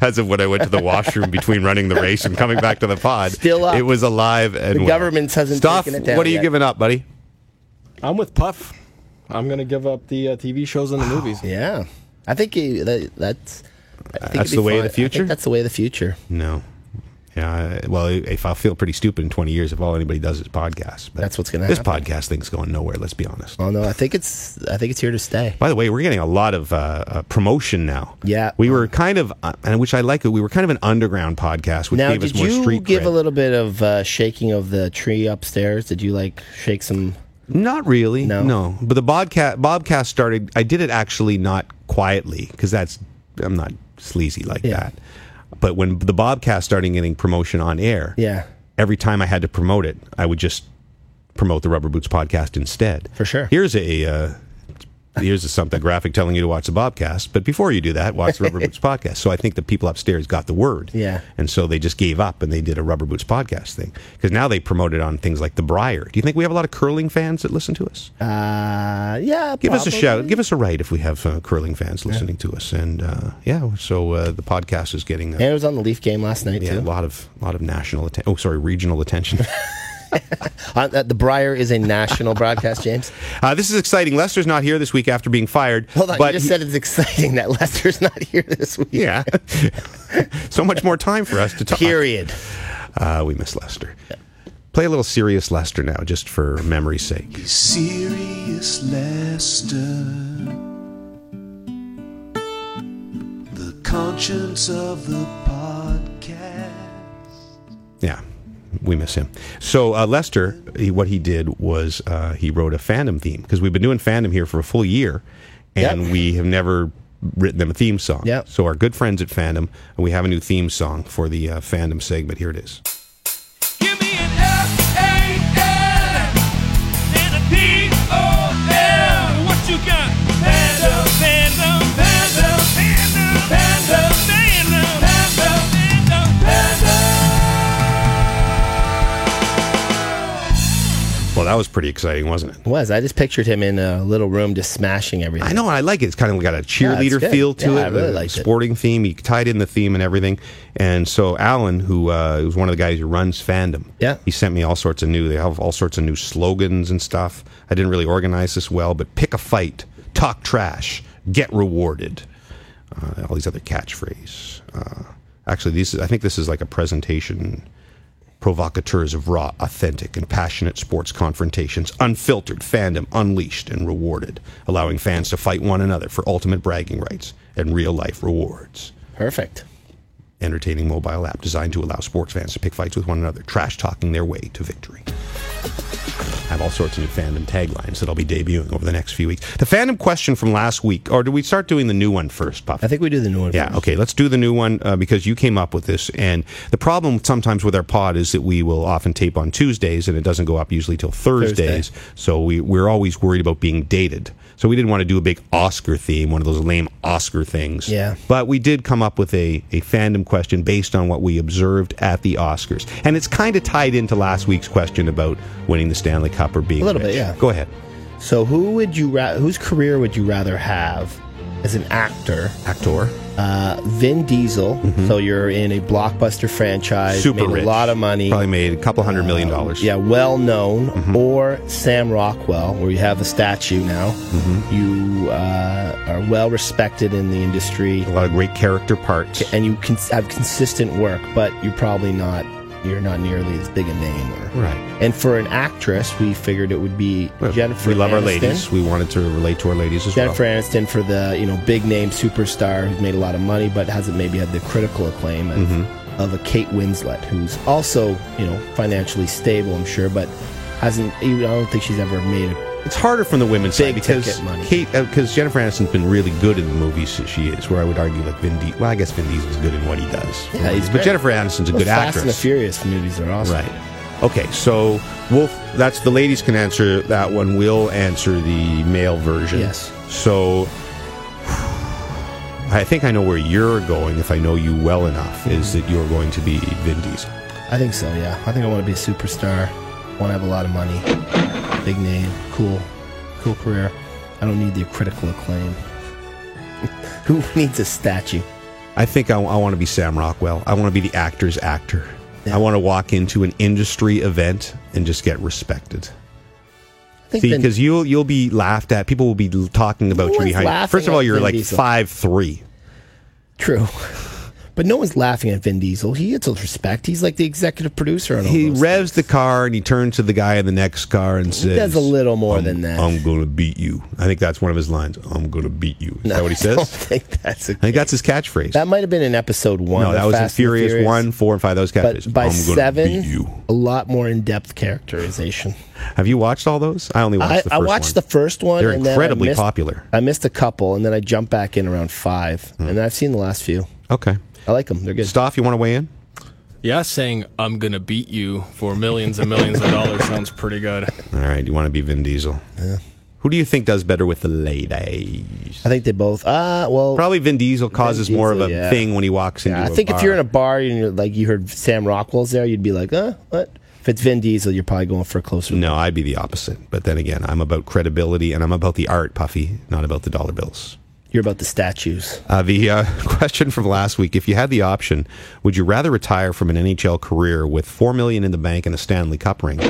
[SPEAKER 2] As of when I went to the
[SPEAKER 3] [laughs]
[SPEAKER 2] washroom between running the race and coming back to the pod,
[SPEAKER 3] Still up.
[SPEAKER 2] it was alive and
[SPEAKER 3] the
[SPEAKER 2] well.
[SPEAKER 3] government hasn't
[SPEAKER 2] Stuff.
[SPEAKER 3] taken it down.
[SPEAKER 2] what are you
[SPEAKER 3] yet.
[SPEAKER 2] giving up, buddy?
[SPEAKER 14] I'm with Puff. I'm gonna give up the uh, TV shows and the movies.
[SPEAKER 3] Yeah, I think you, that, that's. I
[SPEAKER 2] That's
[SPEAKER 3] think it'd be
[SPEAKER 2] the way of the
[SPEAKER 3] fine. I think
[SPEAKER 2] future?
[SPEAKER 3] that's the way of the future.
[SPEAKER 2] No. Yeah. I- Well, if I feel pretty stupid in 20 years, if all anybody does is podcasts, but
[SPEAKER 3] That's what's gonna
[SPEAKER 2] This
[SPEAKER 3] happen.
[SPEAKER 2] podcast thing's going nowhere. Let's be honest.
[SPEAKER 3] Oh no, I think it's I think it's here to stay.
[SPEAKER 2] By the way, we're getting a lot of uh, uh, promotion now.
[SPEAKER 3] Yeah.
[SPEAKER 2] We were kind of, uh, and which I like. it, We were kind of an underground podcast, which
[SPEAKER 3] now,
[SPEAKER 2] gave us
[SPEAKER 3] did
[SPEAKER 2] more
[SPEAKER 3] you
[SPEAKER 2] street
[SPEAKER 3] give
[SPEAKER 2] cred.
[SPEAKER 3] a little bit of uh, shaking of the tree upstairs? Did you like shake some?
[SPEAKER 2] Not really. No. No. But the Bobcat Bobcast started. I did it actually not quietly because that's I'm not sleazy like that. But when the Bobcast started getting promotion on air,
[SPEAKER 3] Yeah.
[SPEAKER 2] every time I had to promote it, I would just promote the Rubber Boots podcast instead. For
[SPEAKER 3] sure.
[SPEAKER 2] Here's a uh, here's a something graphic telling you to watch the Bobcast. But before you do that, watch the
[SPEAKER 3] [laughs]
[SPEAKER 2] Rubber Boots podcast. So I think the people upstairs got the word.
[SPEAKER 3] Yeah.
[SPEAKER 2] And so they just gave up and they did a Rubber Boots podcast thing. Because now they promote it on things like The Briar. Do you think we have a lot of curling fans that listen to us?
[SPEAKER 3] Uh, yeah.
[SPEAKER 2] Give us a
[SPEAKER 3] probably.
[SPEAKER 2] shout. Give us a write if we have uh, curling fans listening to us. And uh, yeah, so uh, the podcast is getting uh,
[SPEAKER 3] Yeah, it was on the Leaf game last night
[SPEAKER 2] yeah, a
[SPEAKER 3] too.
[SPEAKER 2] lot of lot of national attention. Oh, sorry, regional
[SPEAKER 3] [laughs]
[SPEAKER 2] attention.
[SPEAKER 3] Uh, that- the Briar is
[SPEAKER 2] [laughs]
[SPEAKER 3] a national broadcast, James.
[SPEAKER 2] Uh, this is exciting. Lester's not here this week after being fired.
[SPEAKER 3] Hold on,
[SPEAKER 2] but
[SPEAKER 3] you just
[SPEAKER 2] he-
[SPEAKER 3] said it's exciting that [laughs] Lester's not here this week.
[SPEAKER 2] [laughs]
[SPEAKER 3] [laughs]
[SPEAKER 2] Yeah. so much more time for us to talk.
[SPEAKER 3] Period.
[SPEAKER 2] Uh, we miss Lester. Play a little serious Lester now, just for memory's sake.
[SPEAKER 15] Serious Lester, the conscience of the podcast.
[SPEAKER 2] Yeah, we miss him. So uh, Lester, he, what he did was uh, he wrote a fandom theme because we've been doing fandom here for a full year, and we have never written them a theme song. Yeah. So our good friends at fandom, we have a new theme song for the uh, fandom segment. Here it is. Well, that was pretty exciting, wasn't it?
[SPEAKER 3] It was. I just pictured him in a little room just smashing everything.
[SPEAKER 2] I know. I like it. It's kind of got a cheerleader
[SPEAKER 3] good.
[SPEAKER 2] feel to
[SPEAKER 3] Yeah,
[SPEAKER 2] it.
[SPEAKER 3] I really
[SPEAKER 2] a
[SPEAKER 3] liked it.
[SPEAKER 2] sporting theme. He tied in the theme and everything. And so Alan, who uh, was one of the guys who runs fandom, yeah, he sent me all sorts of new. They have all sorts of new slogans and stuff. I didn't really organize this well, but pick a fight, talk trash, get rewarded. Uh, all these other catchphrases. Uh, actually, these I think this is like a presentation. Provocateurs of raw, authentic, and passionate sports confrontations, unfiltered fandom unleashed and rewarded, allowing fans to fight one another for ultimate bragging rights and real life rewards.
[SPEAKER 3] Perfect.
[SPEAKER 2] Entertaining mobile app designed to allow sports fans to pick fights with one another, trash talking their way to victory. I have all sorts of new fandom taglines that I'll be debuting over the next few weeks. The fandom question from last week, or do we start doing the new one first, Puff? I
[SPEAKER 3] think we do the new one.
[SPEAKER 2] Yeah. Okay. Let's do the new one uh, because you came up with this, and the problem sometimes with our pod is that we will often tape on Tuesdays, and it doesn't go up usually till Thursdays. So we we're always worried about being dated. So we didn't want to do a big Oscar theme, one of those lame Oscar things.
[SPEAKER 3] Yeah.
[SPEAKER 2] But we did come up with a, a fandom question based on what we observed at the Oscars. And it's kind of tied into last week's question about winning the Stanley Cup or being
[SPEAKER 3] A little
[SPEAKER 2] rich.
[SPEAKER 3] bit, yeah.
[SPEAKER 2] Go ahead.
[SPEAKER 3] So, who would you ra- whose career would you rather have as an actor?
[SPEAKER 2] Actor. Mm-hmm.
[SPEAKER 3] Uh, Vin Diesel. So you're in a blockbuster franchise,
[SPEAKER 2] Super
[SPEAKER 3] made
[SPEAKER 2] rich.
[SPEAKER 3] a lot of money,
[SPEAKER 2] Probably Mm-hmm. made a couple hundred million dollars.
[SPEAKER 3] Um, yeah, well known, or Sam Rockwell, where you have a statue now.
[SPEAKER 2] Mm-hmm.
[SPEAKER 3] You uh, are well respected in the industry. A
[SPEAKER 2] lot of great character parts,
[SPEAKER 3] and you cons- have consistent work, but you're probably not you're not nearly as big a name. Or,
[SPEAKER 2] Right.
[SPEAKER 3] And for an actress, we figured it would be Jennifer.
[SPEAKER 2] we love our
[SPEAKER 3] Aniston.
[SPEAKER 2] ladies. We wanted to relate to our ladies as
[SPEAKER 3] Jennifer
[SPEAKER 2] well.
[SPEAKER 3] Aniston for the you know big name superstar who's made a lot of money but hasn't maybe had the critical acclaim of,
[SPEAKER 2] Mm-hmm.
[SPEAKER 3] of a Kate Winslet who's also you know financially stable I'm sure but hasn't even, I don't think she's ever made a
[SPEAKER 2] It's harder from the women's side because
[SPEAKER 3] ticket money.
[SPEAKER 2] Kate, because Jennifer Aniston's been really good in the movies that she is. Where I would argue that Vin Diesel. Well, I guess Vin Diesel's good in what he does.
[SPEAKER 3] Yeah, he's
[SPEAKER 2] but
[SPEAKER 3] great.
[SPEAKER 2] Jennifer Aniston's a
[SPEAKER 3] Well,
[SPEAKER 2] good
[SPEAKER 3] Fast
[SPEAKER 2] actress.
[SPEAKER 3] and the Furious movies are awesome
[SPEAKER 2] Right. Okay, so Wolf. That's the ladies can answer that one. We'll answer the male version.
[SPEAKER 3] Yes.
[SPEAKER 2] So. [sighs] I think I know where you're going if I know you well enough,
[SPEAKER 3] Mm-hmm.
[SPEAKER 2] is that you're going to be Vin Diesel.
[SPEAKER 3] I think so yeah I think I want to be a superstar want to have a lot of money big name cool cool career I don't need the critical acclaim [laughs] who needs a statue
[SPEAKER 2] I think I, want to be Sam Rockwell. I want to be the actor's actor. I want to walk into an industry event and just get respected.
[SPEAKER 3] think
[SPEAKER 2] See,
[SPEAKER 3] Vin-
[SPEAKER 2] because you'll you'll be laughed at. People will be l- talking about
[SPEAKER 3] No
[SPEAKER 2] you
[SPEAKER 3] one's
[SPEAKER 2] behind.
[SPEAKER 3] laughing
[SPEAKER 2] First of
[SPEAKER 3] at
[SPEAKER 2] all, you're
[SPEAKER 3] Vin
[SPEAKER 2] like
[SPEAKER 3] Diesel.
[SPEAKER 2] five three.
[SPEAKER 3] True. But no one's laughing at Vin Diesel. He gets respect. He's like the executive producer on all
[SPEAKER 2] He
[SPEAKER 3] those.
[SPEAKER 2] revs the car and he turns to the guy in the next car and says,
[SPEAKER 3] does a little more than that.
[SPEAKER 2] "I'm going to beat you." I think that's one of his lines. "I'm going to beat you." Is that what he
[SPEAKER 3] [laughs] I
[SPEAKER 2] says?
[SPEAKER 3] don't [laughs] think that's a
[SPEAKER 2] I think that's his catchphrase.
[SPEAKER 3] That might have been in episode one.
[SPEAKER 2] no,
[SPEAKER 3] of
[SPEAKER 2] that was in
[SPEAKER 3] Fast and the
[SPEAKER 2] Furious, one, four, and five. Those catchphrases.
[SPEAKER 3] But by
[SPEAKER 2] I'm gonna
[SPEAKER 3] seven,
[SPEAKER 2] beat you.
[SPEAKER 3] a lot more in depth characterization.
[SPEAKER 2] Have you watched all those? I only watched
[SPEAKER 3] I,
[SPEAKER 2] the first
[SPEAKER 3] I watched
[SPEAKER 2] one.
[SPEAKER 3] the first one.
[SPEAKER 2] They're
[SPEAKER 3] and then I
[SPEAKER 2] incredibly
[SPEAKER 3] missed-
[SPEAKER 2] popular. Hmm.
[SPEAKER 3] I missed a couple, and then I jumped back in around five, and then I've seen the last few.
[SPEAKER 2] Okay,
[SPEAKER 3] I like them. They're good.
[SPEAKER 2] Stoff, you want to weigh in?
[SPEAKER 14] Yeah, saying I'm gonna beat you for millions and millions of dollars sounds pretty good.
[SPEAKER 2] All right, you want to be Vin Diesel?
[SPEAKER 3] Yeah.
[SPEAKER 2] Who do you think does better with the ladies?
[SPEAKER 3] I think they both. Ah, well,
[SPEAKER 2] probably Vin Diesel causes more of a
[SPEAKER 3] Diesel, yeah.
[SPEAKER 2] thing when he walks into.
[SPEAKER 3] I think if you're in a bar and you're like you heard Sam Rockwell's there, you'd be like, uh, what? If it's Vin Diesel, you're probably going for a closer.
[SPEAKER 2] no, I'd be the opposite. But then again, I'm about credibility and I'm about the art, Puffy, not about the dollar bills.
[SPEAKER 3] You're about the statues.
[SPEAKER 2] Uh, the uh, [laughs] question from last week: If you had the option, would you rather retire from an NHL career with four million in the bank and a Stanley Cup ring,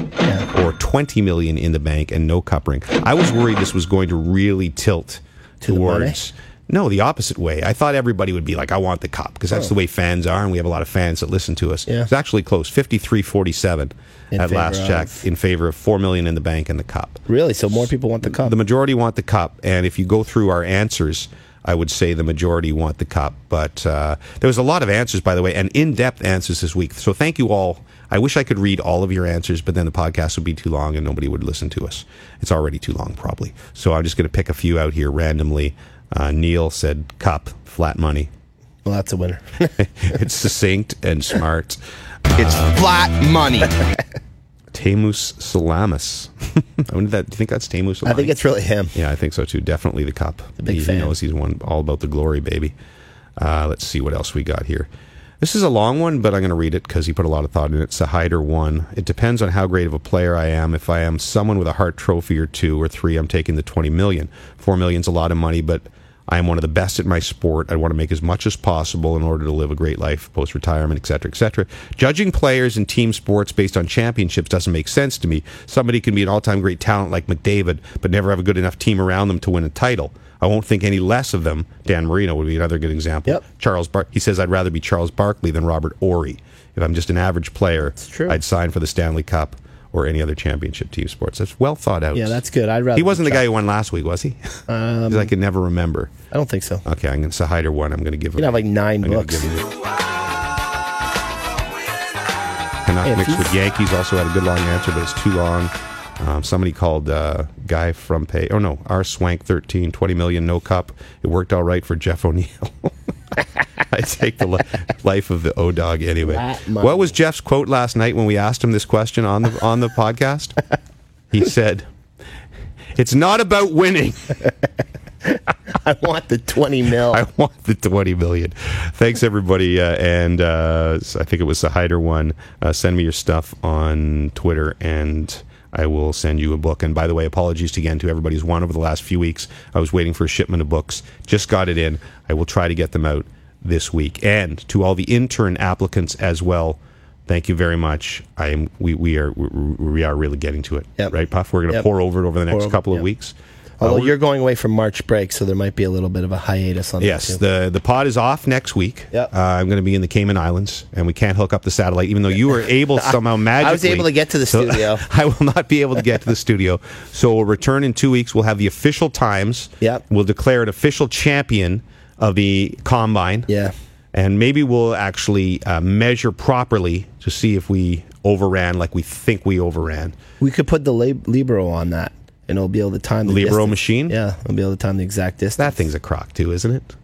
[SPEAKER 2] or twenty million in the bank and no cup ring? I was worried this was going to really tilt towards. no, the opposite way. I thought everybody would be like, I want the cup because that's
[SPEAKER 3] Oh.
[SPEAKER 2] the way fans are, and we have a lot of fans that listen to us.
[SPEAKER 3] Yeah.
[SPEAKER 2] It's actually close 53 47
[SPEAKER 3] In
[SPEAKER 2] at last
[SPEAKER 3] favor
[SPEAKER 2] check
[SPEAKER 3] of-
[SPEAKER 2] in favor of 4 million in the bank and the cup.
[SPEAKER 3] Really? So more people want the cup.
[SPEAKER 2] The majority want the cup, and if you go through our answers, I would say the majority want the cup. But uh, there was a lot of answers, by the way, and in-depth answers this week. So thank you all. I wish I could read all of your answers, but then the podcast would be too long and nobody would listen to us. It's already too long, probably. So I'm just going to pick a few out here randomly. Uh, Neil said cup, flat money. [laughs]
[SPEAKER 3] Well, that's a winner. [laughs]
[SPEAKER 2] it's succinct and smart.
[SPEAKER 16] It's flat money.
[SPEAKER 2] Tamus Salamis. [laughs] I wonder that. Do you think that's Tamus?
[SPEAKER 3] I think it's really him.
[SPEAKER 2] Yeah, I think so too. Definitely the cup.
[SPEAKER 3] big
[SPEAKER 2] he,
[SPEAKER 3] fan.
[SPEAKER 2] knows he's one all about the glory, baby. Uh, let's see what else we got here. This is a long one, but I'm going to read it because he put a lot of thought in it. It's a hider one. It depends on how great of a player I am. If I am someone with a heart trophy or two or three, I'm taking the 20 million. Four million's a lot of money, but I am one of the best at my sport. I want to make as much as possible in order to live a great life post retirement, et cetera, et cetera. Judging players in team sports based on championships doesn't make sense to me. Somebody can be an all time great talent like McDavid, but never have a good enough team around them to win a title. I won't think any less of them. Dan Marino would be another good example. Charles Bar- he says I'd rather be Charles Barkley than Robert Ory. If I'm just an average player, I'd sign for the Stanley Cup or any other championship team sports. That's well thought out.
[SPEAKER 3] Yeah, that's good. I'd rather
[SPEAKER 2] He wasn't
[SPEAKER 3] be Um,
[SPEAKER 2] the guy who won last week, was he? [laughs] Because I can never remember.
[SPEAKER 3] I don't think so.
[SPEAKER 2] Okay, I'm going to hide her one. I'm going to give
[SPEAKER 3] You can have like 9
[SPEAKER 2] I'm gonna
[SPEAKER 3] books.
[SPEAKER 2] give him- Canuck
[SPEAKER 3] Hey, if
[SPEAKER 2] mixed
[SPEAKER 3] he's-
[SPEAKER 2] with Yankees also had a good long answer, but it's too long. Um, somebody called uh, Guy from Pay. Oh no, R Swank 13, 20 million, no cup. It worked all right for Jeff O'Neill. [laughs] I take the li- life of the O dog anyway.
[SPEAKER 3] Flat money.
[SPEAKER 2] What was Jeff's quote last night when we asked him this question on the on the podcast? He said, "It's not about winning."
[SPEAKER 3] [laughs] I want the 20 mil.
[SPEAKER 2] [laughs] I want the 20 million. Thanks, everybody. Uh, and uh, I think it was the Hyder one. Uh, send me your stuff on Twitter and. I will send you a book. And by the way, apologies again to everybody who's won over the last few weeks. I was waiting for a shipment of books, just got it in. I will try to get them out this week. And to all the intern applicants as well, thank you very much. I am we, we are we, we are really getting to it, right, Puff? We're going to
[SPEAKER 3] Yep.
[SPEAKER 2] pour over it over the next
[SPEAKER 3] Pour over,
[SPEAKER 2] couple of
[SPEAKER 3] yep.
[SPEAKER 2] weeks. Uh,
[SPEAKER 3] Although
[SPEAKER 2] we're-
[SPEAKER 3] you're going away for March break, so there might be a little bit of a hiatus on
[SPEAKER 2] Yes,
[SPEAKER 3] that. too.
[SPEAKER 2] the the pod is off next week. Uh, I'm going to be in the Cayman Islands, and we can't hook up the satellite, even though you
[SPEAKER 3] [laughs]
[SPEAKER 2] were able
[SPEAKER 3] I-
[SPEAKER 2] somehow
[SPEAKER 3] I was
[SPEAKER 2] magically.
[SPEAKER 3] able to get to the
[SPEAKER 2] So-
[SPEAKER 3] studio.
[SPEAKER 2] [laughs] I will not be able to get to the studio. So we'll return in two weeks. We'll have the official times.
[SPEAKER 3] Yep.
[SPEAKER 2] We'll declare an official champion of the combine.
[SPEAKER 3] Yeah.
[SPEAKER 2] And maybe we'll actually uh, measure properly to see if we overran like we think we overran.
[SPEAKER 3] We could put the lab- Libro on that, and it'll be able to time the
[SPEAKER 2] Libro
[SPEAKER 3] distance.
[SPEAKER 2] machine?
[SPEAKER 3] Yeah, it'll be able to time the exact distance.
[SPEAKER 2] That thing's a crock too, isn't it?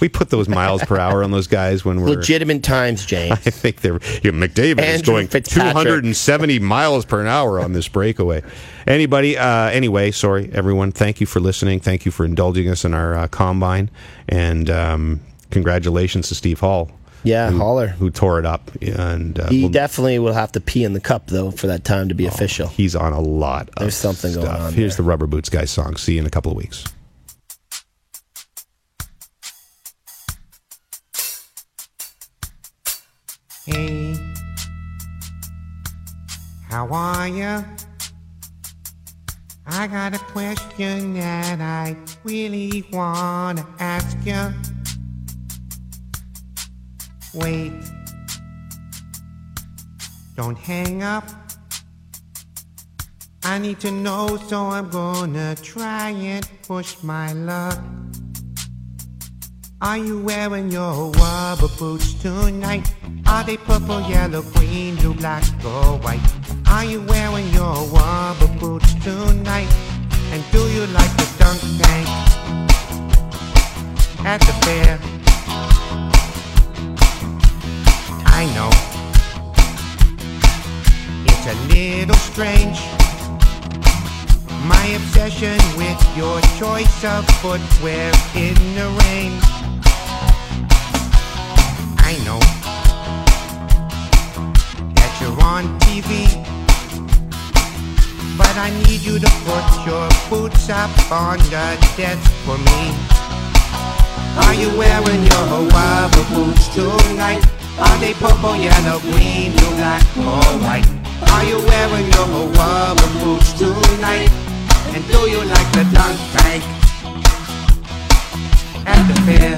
[SPEAKER 2] We put those miles per hour on those guys
[SPEAKER 3] [laughs]
[SPEAKER 2] when we're
[SPEAKER 3] Legitimate times,
[SPEAKER 2] [laughs] I
[SPEAKER 3] James.
[SPEAKER 2] think they're yeah, McDavid is
[SPEAKER 3] Andrew
[SPEAKER 2] going
[SPEAKER 3] Fitzpatrick.
[SPEAKER 2] 270 miles per hour on this breakaway. Anybody, uh, anyway, sorry everyone. Thank you for listening. Thank you for indulging us in our uh, combine, and um, congratulations to Steve Hall.
[SPEAKER 3] Yeah,
[SPEAKER 2] who,
[SPEAKER 3] Haller.
[SPEAKER 2] who tore it up, and uh,
[SPEAKER 3] he
[SPEAKER 2] we'll-
[SPEAKER 3] definitely will have to pee in the cup though for that time to
[SPEAKER 2] Oh.
[SPEAKER 3] be official.
[SPEAKER 2] he's on a lot. Of
[SPEAKER 3] There's something
[SPEAKER 2] stuff.
[SPEAKER 3] going on.
[SPEAKER 2] Here's the Rubber Boots Guy song. See you in a couple of weeks.
[SPEAKER 17] Hey, how are ya? I got a question that I really wanna ask ya. Wait, don't hang up. I need to know, so I'm gonna try and push my luck. Are you wearing your rubber boots tonight? Are they purple, yellow, green, blue, black, or white? Are you wearing your rubber boots tonight? And do you like the dunk tank at the fair? I know it's a little strange. My my obsession with your choice of footwear in the rain. I know that you're on TV, but I need you to put your boots up on the desk for me. Are you wearing your Huawei boots tonight? Are they purple, yellow, green, blue, black, or white? Are you wearing your Huawei boots tonight? And do you like the dunk tank at the fair?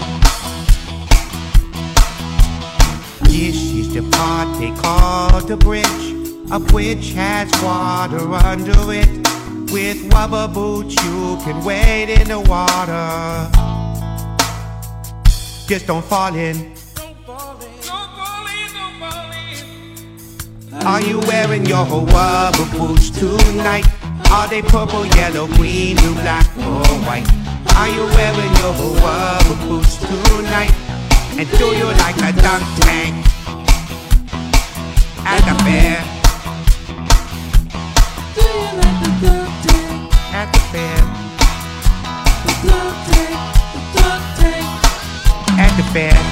[SPEAKER 17] This is the part they call the bridge, up which has water under it. With rubber boots, you can wade in the water. Just don't fall in. Are you wearing your rubber boots tonight? Are they purple, yellow, green, blue, black, or white? Are you wearing your rubber boots tonight? And do you like a dunk tank at the fair? Do you like the dunk tank at the fair? The dunk tank, the dunk tank at the fair.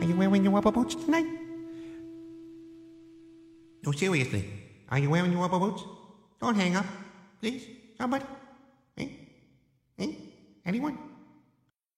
[SPEAKER 17] Are you wearing your rubber boots tonight? No, seriously. Are you wearing your rubber boots? Don't hang up. Please, somebody. Eh? Eh? Anyone?